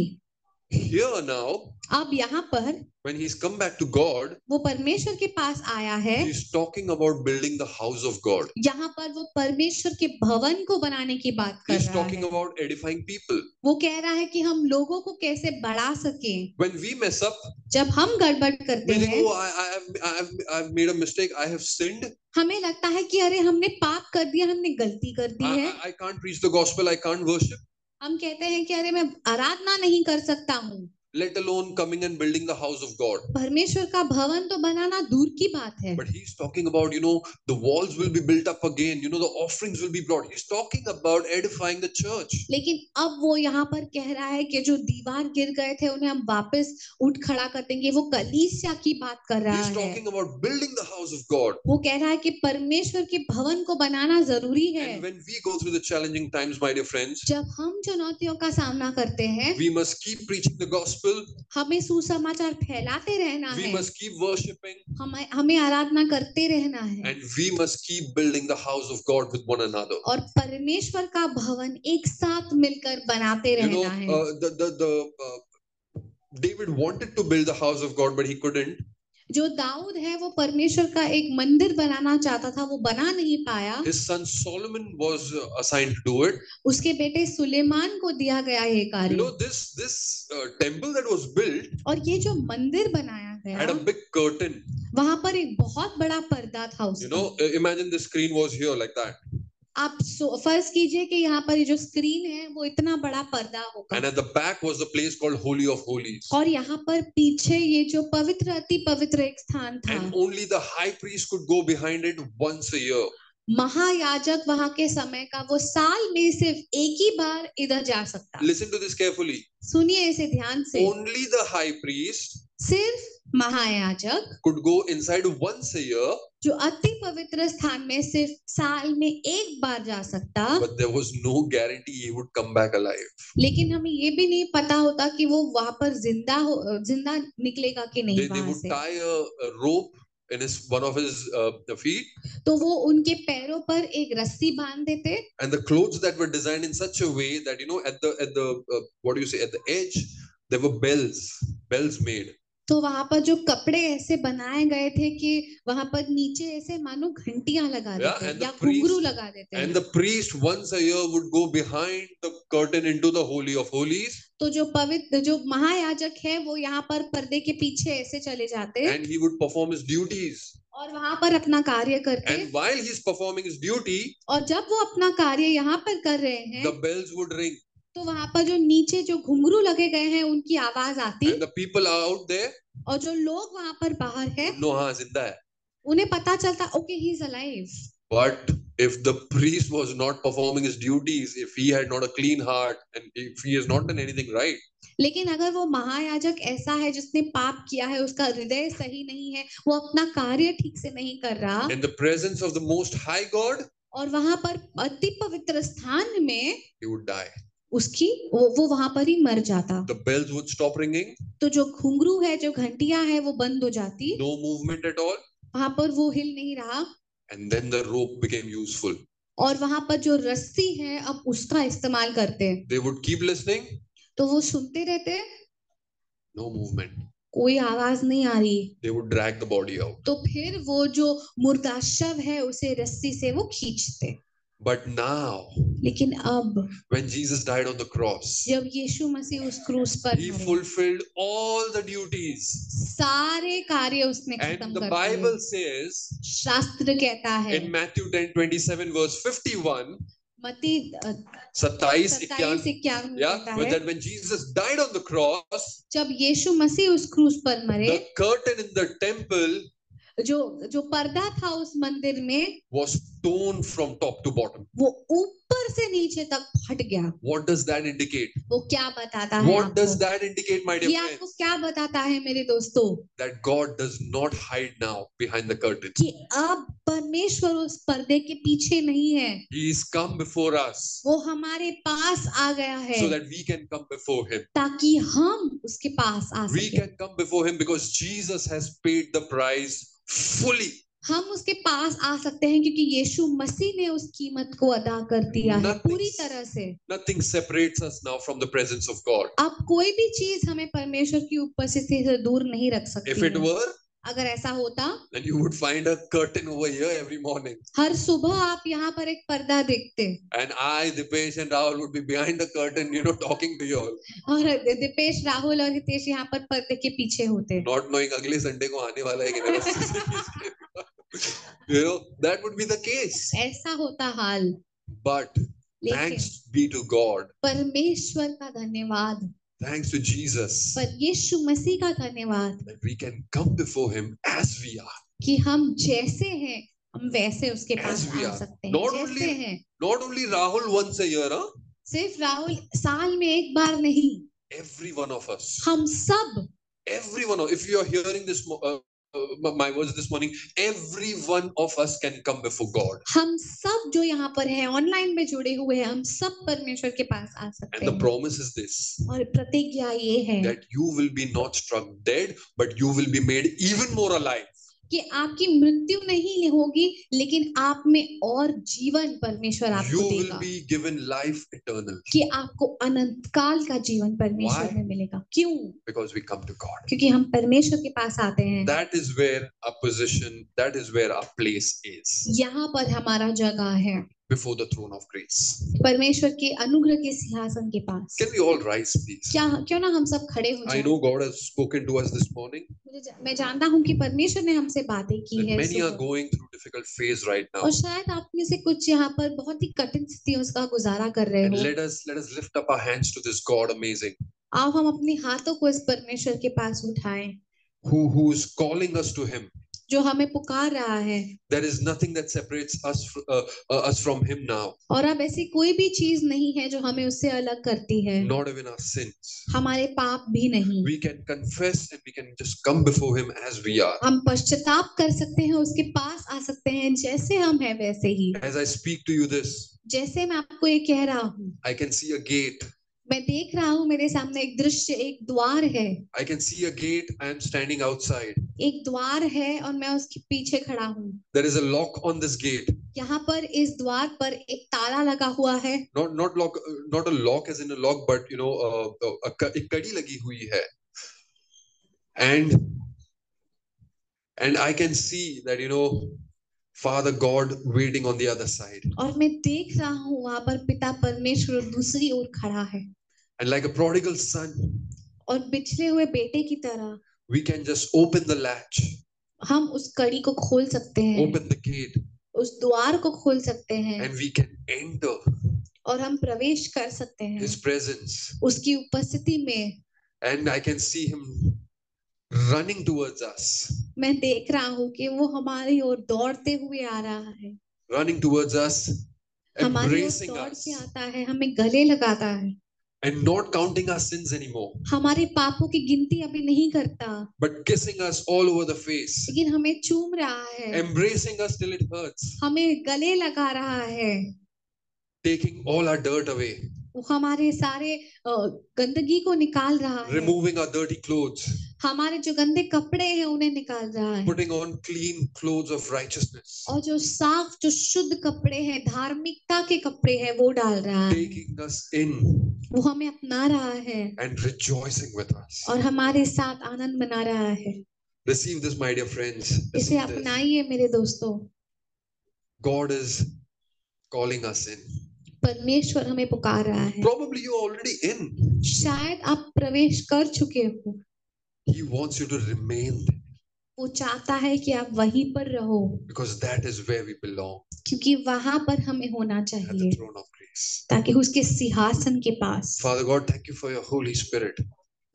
S1: Here now,
S2: अब यहाँ पर
S1: when he's come back to God,
S2: वो परमेश्वर के पास आया है
S1: he's talking about building the house of God.
S2: यहाँ पर वो परमेश्वर के भवन को बनाने की बात कर
S1: He's
S2: रहा
S1: talking
S2: है
S1: about edifying people.
S2: वो कह रहा है कि हम लोगों को कैसे बढ़ा सकें
S1: When we mess up,
S2: जब हम गड़बड़ करते
S1: meaning,
S2: हैं
S1: oh, I, I have, I have, I've made a mistake. I have sinned.
S2: हमें लगता है कि अरे हमने पाप कर दिया हमने गलती कर दी
S1: I,
S2: है
S1: I- I can't preach the gospel. I can't worship.
S2: हम कहते हैं कि अरे मैं आराधना नहीं कर सकता हूँ
S1: Let alone coming and building the house of God.
S2: परमेश्वर का भवन तो बनाना दूर की बात है
S1: But he's talking about, you know, the walls will be built up again. You know, the offerings will be brought. He's talking about edifying the church.
S2: लेकिन अब वो यहाँ पर कह रहा है कि जो दीवार गिर गए थे उन्हें हम वापस उठ खड़ा कर देंगे वो कलीसिया की बात कर रहा
S1: He's
S2: है
S1: talking about building the house of God.
S2: वो कह रहा है कि परमेश्वर के भवन को बनाना जरूरी है
S1: And when we go through the challenging times, my dear friends,
S2: जब हम चुनौतियों का सामना करते हैं
S1: we must keep preaching the gospel.
S2: हमें सुसमाचार फैलाते रहना
S1: We
S2: है
S1: must keep worshiping.
S2: हमें हमें आराधना करते रहना है
S1: And we must keep building the house of God with one another.
S2: और परमेश्वर का भवन एक साथ मिलकर बनाते
S1: you know,
S2: रहना है
S1: uh, the the the uh, David wanted to build the house of God, but he couldn't.
S2: जो दाऊद है वो परमेश्वर का एक मंदिर बनाना चाहता था वो बना नहीं पाया
S1: His son Solomon was uh, assigned to do it.
S2: उसके बेटे सुलेमान को दिया गया ये
S1: You
S2: कार्य
S1: know, this this uh, temple that was built
S2: और ये जो मंदिर बनाया
S1: had a
S2: गया
S1: big curtain.
S2: वहां पर एक बहुत बड़ा पर्दा था
S1: You
S2: उसका
S1: know, uh, imagine the screen was here like that,
S2: आप सो- फर्ज कीजिए कि यहाँ पर ये जो स्क्रीन है वो इतना बड़ा पर्दा होगा
S1: and at the back was the place called Holy of Holies,
S2: और यहाँ पर पीछे ये जो पवित्र अति पवित्र एक स्थान था
S1: and only the high priest could go behind it once a year.
S2: महायाजक वहां के समय का वो साल में सिर्फ एक ही बार इधर जा सकता
S1: Listen to this carefully.
S2: सुनिए इसे ध्यान से
S1: Only the high priest
S2: सिर्फ महायाजक
S1: could go inside once a year,
S2: जो अति पवित्र स्थान में सिर्फ साल में एक बार जा सकता
S1: but there was no guarantee he would come back alive.
S2: लेकिन हमें ये भी नहीं पता होता कि वो वहां पर जिंदा हो जिंदा निकलेगा कि
S1: they,
S2: नहीं
S1: they
S2: वहां
S1: would
S2: से
S1: tie a, a rope in his one of his uh, the feet
S2: तो वो उनके पैरों पर एक रस्सी बांध देते
S1: and the clothes that were designed in such a way that you know at the at the uh, what do you say at the edge there were bells bells made
S2: तो वहां पर जो कपड़े ऐसे बनाए गए थे कि वहां पर नीचे ऐसे मानो घंटियां लगा
S1: Yeah,
S2: देते
S1: and the
S2: या घुंघरू
S1: priest-
S2: लगा देते
S1: and the priest once a year would go behind the curtain into the holy of holies
S2: तो जो पवित्र जो महायाजक है वो यहाँ पर पर्दे के पीछे ऐसे चले जाते हैं
S1: and he would perform his duties.
S2: और वहां पर अपना कार्य करते
S1: And while he's performing his duty,
S2: और जब वो अपना कार्य यहाँ पर कर रहे
S1: the
S2: हैं
S1: bells would ring,
S2: तो वहां पर जो नीचे जो घुंघरू लगे गए हैं उनकी आवाज आती
S1: and the people are out there.
S2: और जो लोग वहां पर बाहर है
S1: No, हाँ, जिंदा है.
S2: उन्हें पता चलता okay he is alive
S1: But if the priest was not performing his duties, if he had not a clean heart, and if he has not done anything right,
S2: लेकिन अगर वो महायाजक ऐसा है जिसने पाप किया है उसका हृदय सही नहीं है वो अपना कार्य ठीक से नहीं कर रहा
S1: in the presence of the Most High God,
S2: और वहां पर अति पवित्र स्थान में
S1: he would die.
S2: उसकी वो, वो वहां पर ही मर जाता
S1: The bells would stop ringing,
S2: तो जो घुंघरू है जो घंटिया है वो बंद हो जाती
S1: no movement at all,
S2: वहां पर वो हिल नहीं रहा
S1: and then the rope became useful.
S2: और वहां पर जो रस्सी है अब उसका इस्तेमाल करते हैं
S1: They would keep listening,
S2: तो वो सुनते रहते हैं,
S1: no movement.
S2: कोई आवाज नहीं आ रही
S1: They would drag the body out.
S2: तो फिर वो जो मुर्दा शव है उसे रस्सी से वो खींचते
S1: But now,
S2: लेकिन अब
S1: when Jesus died on the cross,
S2: जब यीशु मसीह उस क्रूस पर
S1: he
S2: मरे,
S1: fulfilled all the duties.
S2: सारे कार्य उसने खत्म
S1: And the
S2: कर
S1: Bible
S2: दिए
S1: says
S2: शास्त्र कहता है
S1: in Matthew 10 27, verse 51,
S2: मती
S1: सत्ताईस
S2: सत्ताईस
S1: इक्यावन
S2: इक्यावन
S1: yeah with
S2: कहता है
S1: that when jesus died on the cross
S2: जब यीशु मसीह उस क्रूस पर
S1: the
S2: मरे
S1: curtain in the temple
S2: जो जो पर्दा था उस मंदिर में
S1: was torn from top to bottom
S2: वो ऊपर से नीचे तक फट गया
S1: what does that indicate
S2: वो क्या बताता है
S1: what does
S2: आपको?
S1: that indicate my dear
S2: ये
S1: friend
S2: आपको क्या बताता है मेरे दोस्तों
S1: that god does not hide now behind the curtain
S2: कि अब परमेश्वर उस पर्दे के पीछे नहीं है
S1: he is come before us
S2: वो हमारे पास आ गया है
S1: so that we can come before him
S2: ताकि हम उसके पास आ
S1: we
S2: सके
S1: can come before him because jesus has paid the price fully
S2: हम उसके पास आ सकते हैं क्योंकि यीशु मसीह ने उस कीमत को अदा कर दिया है
S1: Nothing-
S2: पूरी तरह से
S1: nothing separates us now from the presence of god
S2: अब कोई भी चीज हमें परमेश्वर की उपस्थिति से दूर नहीं रख
S1: if
S2: सकती
S1: it
S2: है।
S1: were
S2: अगर ऐसा होता
S1: then you would find a curtain over here every morning
S2: हर सुबह आप यहाँ पर एक पर्दा देखते
S1: And I, Dipesh and Rahul would be behind the curtain, you know, talking to you all,
S2: और दिपेश राहुल और हितेश यहाँ पर पर्दे के पीछे होते
S1: not knowing अगले Sunday को आने वाला है कि नहीं. you know, that would be the case.
S2: ऐसा होता हाल
S1: But
S2: लेकिन
S1: thanks be to God.
S2: परमेश्वर का धन्यवाद
S1: Thanks to Jesus
S2: पर यीशु मसीह का धन्यवाद
S1: that we can come before Him as we are.
S2: कि हम जैसे हैं हम वैसे उसके पास
S1: As we
S2: आ
S1: are.
S2: सकते हैं
S1: Not
S2: जैसे
S1: only-
S2: हैं
S1: Not only Rahul once a year, huh?
S2: सिर्फ राहुल साल में एक बार नहीं
S1: every one of us.
S2: हम सब
S1: Every one of if you are hearing this, mo- uh, uh, my words this morning, every one of us can come before God.
S2: हम सब जो यहाँ पर है ऑनलाइन में जुड़े हुए हैं हम सब परमेश्वर के पास आ सकते
S1: And the
S2: हैं
S1: promise is this.
S2: और प्रतिज्ञा ये है
S1: that you will be not struck dead, but you will be made even more alive.
S2: कि आपकी मृत्यु नहीं होगी लेकिन आप में और जीवन परमेश्वर
S1: You
S2: आपको
S1: will
S2: देगा
S1: be given life eternal
S2: कि आपको अनंत काल का जीवन परमेश्वर
S1: Why?
S2: में मिलेगा क्यों
S1: because we come to God.
S2: क्योंकि हम परमेश्वर के पास आते हैं
S1: That is where our position, that is where our place is
S2: यहाँ पर हमारा जगह है
S1: before the throne of grace.
S2: परमेश्वर के अनुग्रह के सिंहासन के पास
S1: Can we all rise, please?
S2: क्या क्यों ना हम सब खड़े हो
S1: I
S2: जाएं
S1: know God has spoken to us this morning,
S2: मुझे जा- मैं जानता हूँ कि परमेश्वर ने हमसे बातें की
S1: and
S2: है
S1: many are
S2: सुबह।
S1: going through difficult phase right now.
S2: और शायद आप में से कुछ यहाँ पर बहुत ही कठिन स्थितियों का गुजारा कर रहे
S1: And
S2: हो
S1: let us let us lift up our hands to this God amazing,
S2: आप हम अपने हाथों को इस परमेश्वर के पास उठाएं
S1: who who is calling us to Him.
S2: जो हमें पुकार रहा है
S1: There is nothing that separates us fr- uh, uh, us from Him now,
S2: और अब ऐसी कोई भी चीज नहीं है जो हमें उससे अलग करती है
S1: not even our sins.
S2: हमारे पाप भी नहीं
S1: we can confess and we can just come before him as we are
S2: हम पश्चाताप कर सकते हैं उसके पास आ सकते हैं जैसे हम हैं वैसे ही
S1: as i speak to you this
S2: जैसे मैं आपको ये कह रहा हूँ
S1: i can see a gate
S2: मैं देख रहा हूँ मेरे सामने एक दृश्य एक द्वार है
S1: i can see a gate i am standing outside
S2: एक द्वार है और मैं उसके पीछे खड़ा हूँ
S1: there is a lock on this gate
S2: यहाँ पर इस द्वार पर एक ताला लगा हुआ है
S1: not not lock uh, not a lock as in a lock but you know uh, uh, a ka- एक कड़ी लगी हुई है and and i can see that you know father god waiting on the other side
S2: और मैं देख रहा हूँ वहां पर पिता परमेश्वर दूसरी ओर खड़ा है
S1: And like a prodigal son,
S2: और बिछड़े हुए बेटे की तरह
S1: we can just open the latch,
S2: हम उस कड़ी को खोल सकते हैं
S1: open the gate,
S2: उस द्वार को खोल सकते हैं
S1: and we can enter
S2: और हम प्रवेश कर सकते हैं
S1: his presence.
S2: उसकी उपस्थिति में
S1: And I can see him running towards us,
S2: मैं देख रहा हूँ कि वो हमारी ओर दौड़ते हुए आ रहा है
S1: running towards us,
S2: हमारी ओर
S1: embracing
S2: दौड़
S1: us,
S2: के आता है हमें गले लगाता है
S1: and not counting our sins anymore,
S2: हमारे पापों की गिनती अभी नहीं करता
S1: but kissing us all over the face,
S2: लेकिन हमें चूम रहा है
S1: embracing us till it hurts,
S2: हमें गले लगा रहा है
S1: taking all our dirt away,
S2: वो हमारे सारे अ, गंदगी को निकाल रहा है
S1: removing our dirty clothes,
S2: हमारे जो गंदे कपड़े हैं उन्हें निकाल रहा है
S1: putting on clean clothes of righteousness,
S2: और जो साफ जो शुद्ध कपड़े हैं धार्मिकता के कपड़े हैं वो डाल रहा है
S1: taking us in
S2: वो हमें अपना रहा है
S1: and rejoicing with us.
S2: और हमारे साथ आनंद मना रहा है
S1: Receive this, my dear friends.
S2: इसे
S1: Receive this.
S2: अपनाइए मेरे दोस्तों
S1: God is calling us in.
S2: परमेश्वर हमें पुकार रहा है
S1: Probably you're already in.
S2: शायद आप प्रवेश कर चुके हो
S1: He wants you to remain there
S2: वो चाहता है कि आप वहीं पर रहो
S1: because that is where we belong
S2: क्योंकि वहां पर हमें होना
S1: at the
S2: चाहिए
S1: throne of grace.
S2: ताकि उसके सिंहासन के पास
S1: Father God, thank you for your Holy Spirit.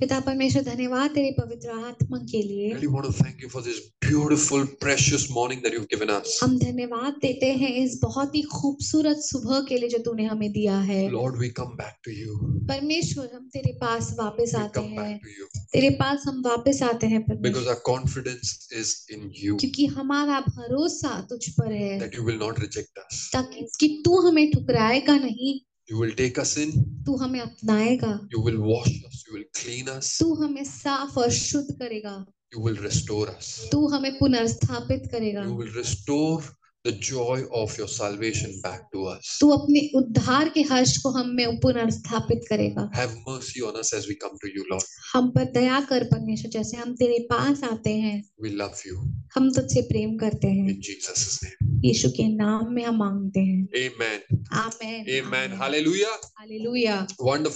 S2: पिता परमेश्वर धन्यवाद तेरे पवित्र आत्मा के लिए
S1: Really want to thank you for this beautiful, precious morning that you've given us.
S2: हम धन्यवाद देते हैं इस बहुत ही खूबसूरत सुबह के लिए जो तूने हमें दिया है
S1: Lord, we come back to you.
S2: परमेश्वर हम तेरे पास वापस
S1: We
S2: आते
S1: come
S2: हैं
S1: back to you
S2: तेरे पास हम वापस आते हैं परमेश्वर
S1: because our confidence is in you
S2: क्योंकि हमारा भरोसा तुझ पर है
S1: that you will not reject us.
S2: ताकि कि तू हमें ठुकराएगा नहीं
S1: You will take us in,
S2: तू हमें अपनाएगा
S1: you will wash us, you will clean us,
S2: तू हमें साफ और शुद्ध करेगा
S1: you will restore us.
S2: तू हमें पुनर्स्थापित करेगा
S1: You will restore the joy of your salvation back to us.
S2: तू अपने उद्धार के हर्ष को हम में पुनर्स्थापित करेगा
S1: Have mercy on us as we come to you, Lord.
S2: हम पर दया कर परमेश्वर जैसे हम तेरे पास आते हैं
S1: We love you
S2: हम तुझसे प्रेम करते हैं
S1: in Jesus' name.
S2: यीशु के नाम में हम मांगते हैं
S1: Amen.
S2: आमेन
S1: Amen. Hallelujah.
S2: Hallelujah
S1: Wonderful.